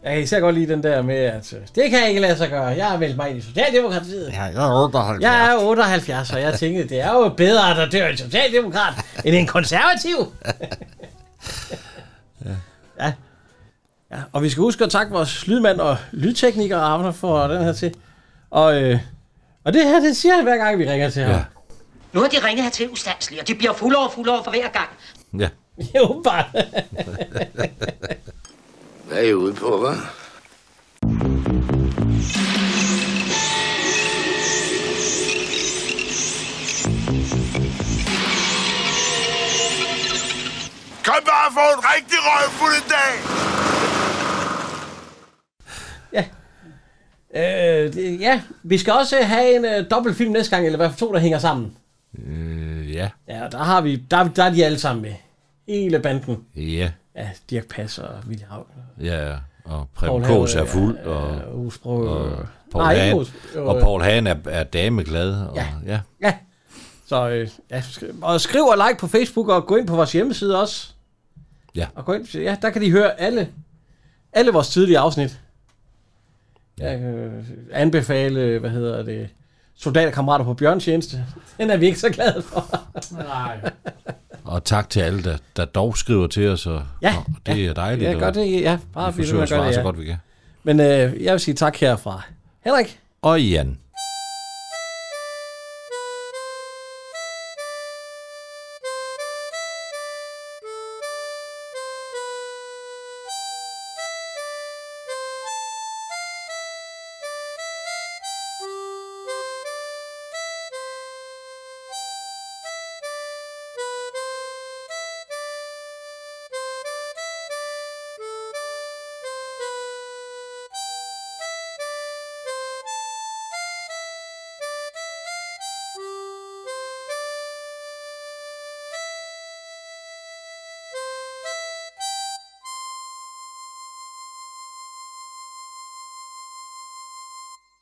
B: Jeg kan især godt lide den der med, at øh, det kan jeg ikke lade sig gøre. Jeg har meldt mig ind i Socialdemokratiet.
C: Ja, jeg er 78.
B: Jeg er 78, og jeg tænkte, det er jo bedre, at der dør en socialdemokrat, end en konservativ.
C: Ja.
B: ja. ja. Og vi skal huske at takke vores lydmand og lydtekniker, Arne, for den her til. Og, øh, og det her, det siger han hver gang, vi ringer til ham. Ja.
K: Nu har de ringet hertil ustandsligt, og de bliver fuldere og fuldere for hver gang.
C: Ja.
B: Jo, bare.
S: Hvad er I ude på, hva'?
P: Kan bare få en rigtig røvfuld i dag!
B: Øh, det, ja, vi skal også have en øh, dobbeltfilm næste gang, eller i hvert fald to, der hænger sammen.
C: Øh, ja.
B: Ja, og der har vi, der, der er de alle sammen med. Hele banden.
C: Ja.
B: Ja, Dirk Pass og Willy Hav.
C: Ja, og
B: Poul
C: Preben
B: Haver,
C: Kås er fuld,
B: ja,
C: og,
B: øh, Osbro, øh,
C: og, Paul
B: nej, ikke
C: Han,
B: Os- øh,
C: og Paul Han er, er dameglad. Og,
B: Ja.
C: ja.
B: Ja. Så øh, ja, skri- og skriv og like på Facebook, og gå ind på vores hjemmeside også.
C: Ja.
B: Og gå ind, ja, der kan de høre alle, alle vores tidlige afsnit. Jeg kan øh, anbefale, hvad hedder det, soldaterkammerater på bjørntjeneste. Den er vi ikke så glade for. Nej.
C: og tak til alle, der, der dog skriver til os, og,
B: Ja,
C: og det
B: ja.
C: er dejligt.
B: Ja,
C: og
B: gør det, ja. Bare
C: vi
B: bliv ved
C: forsøger
B: med
C: at
B: at gøre
C: svare
B: det,
C: så
B: ja.
C: godt vi kan.
B: Men øh, jeg vil sige tak herfra. Henrik.
C: Og Jan.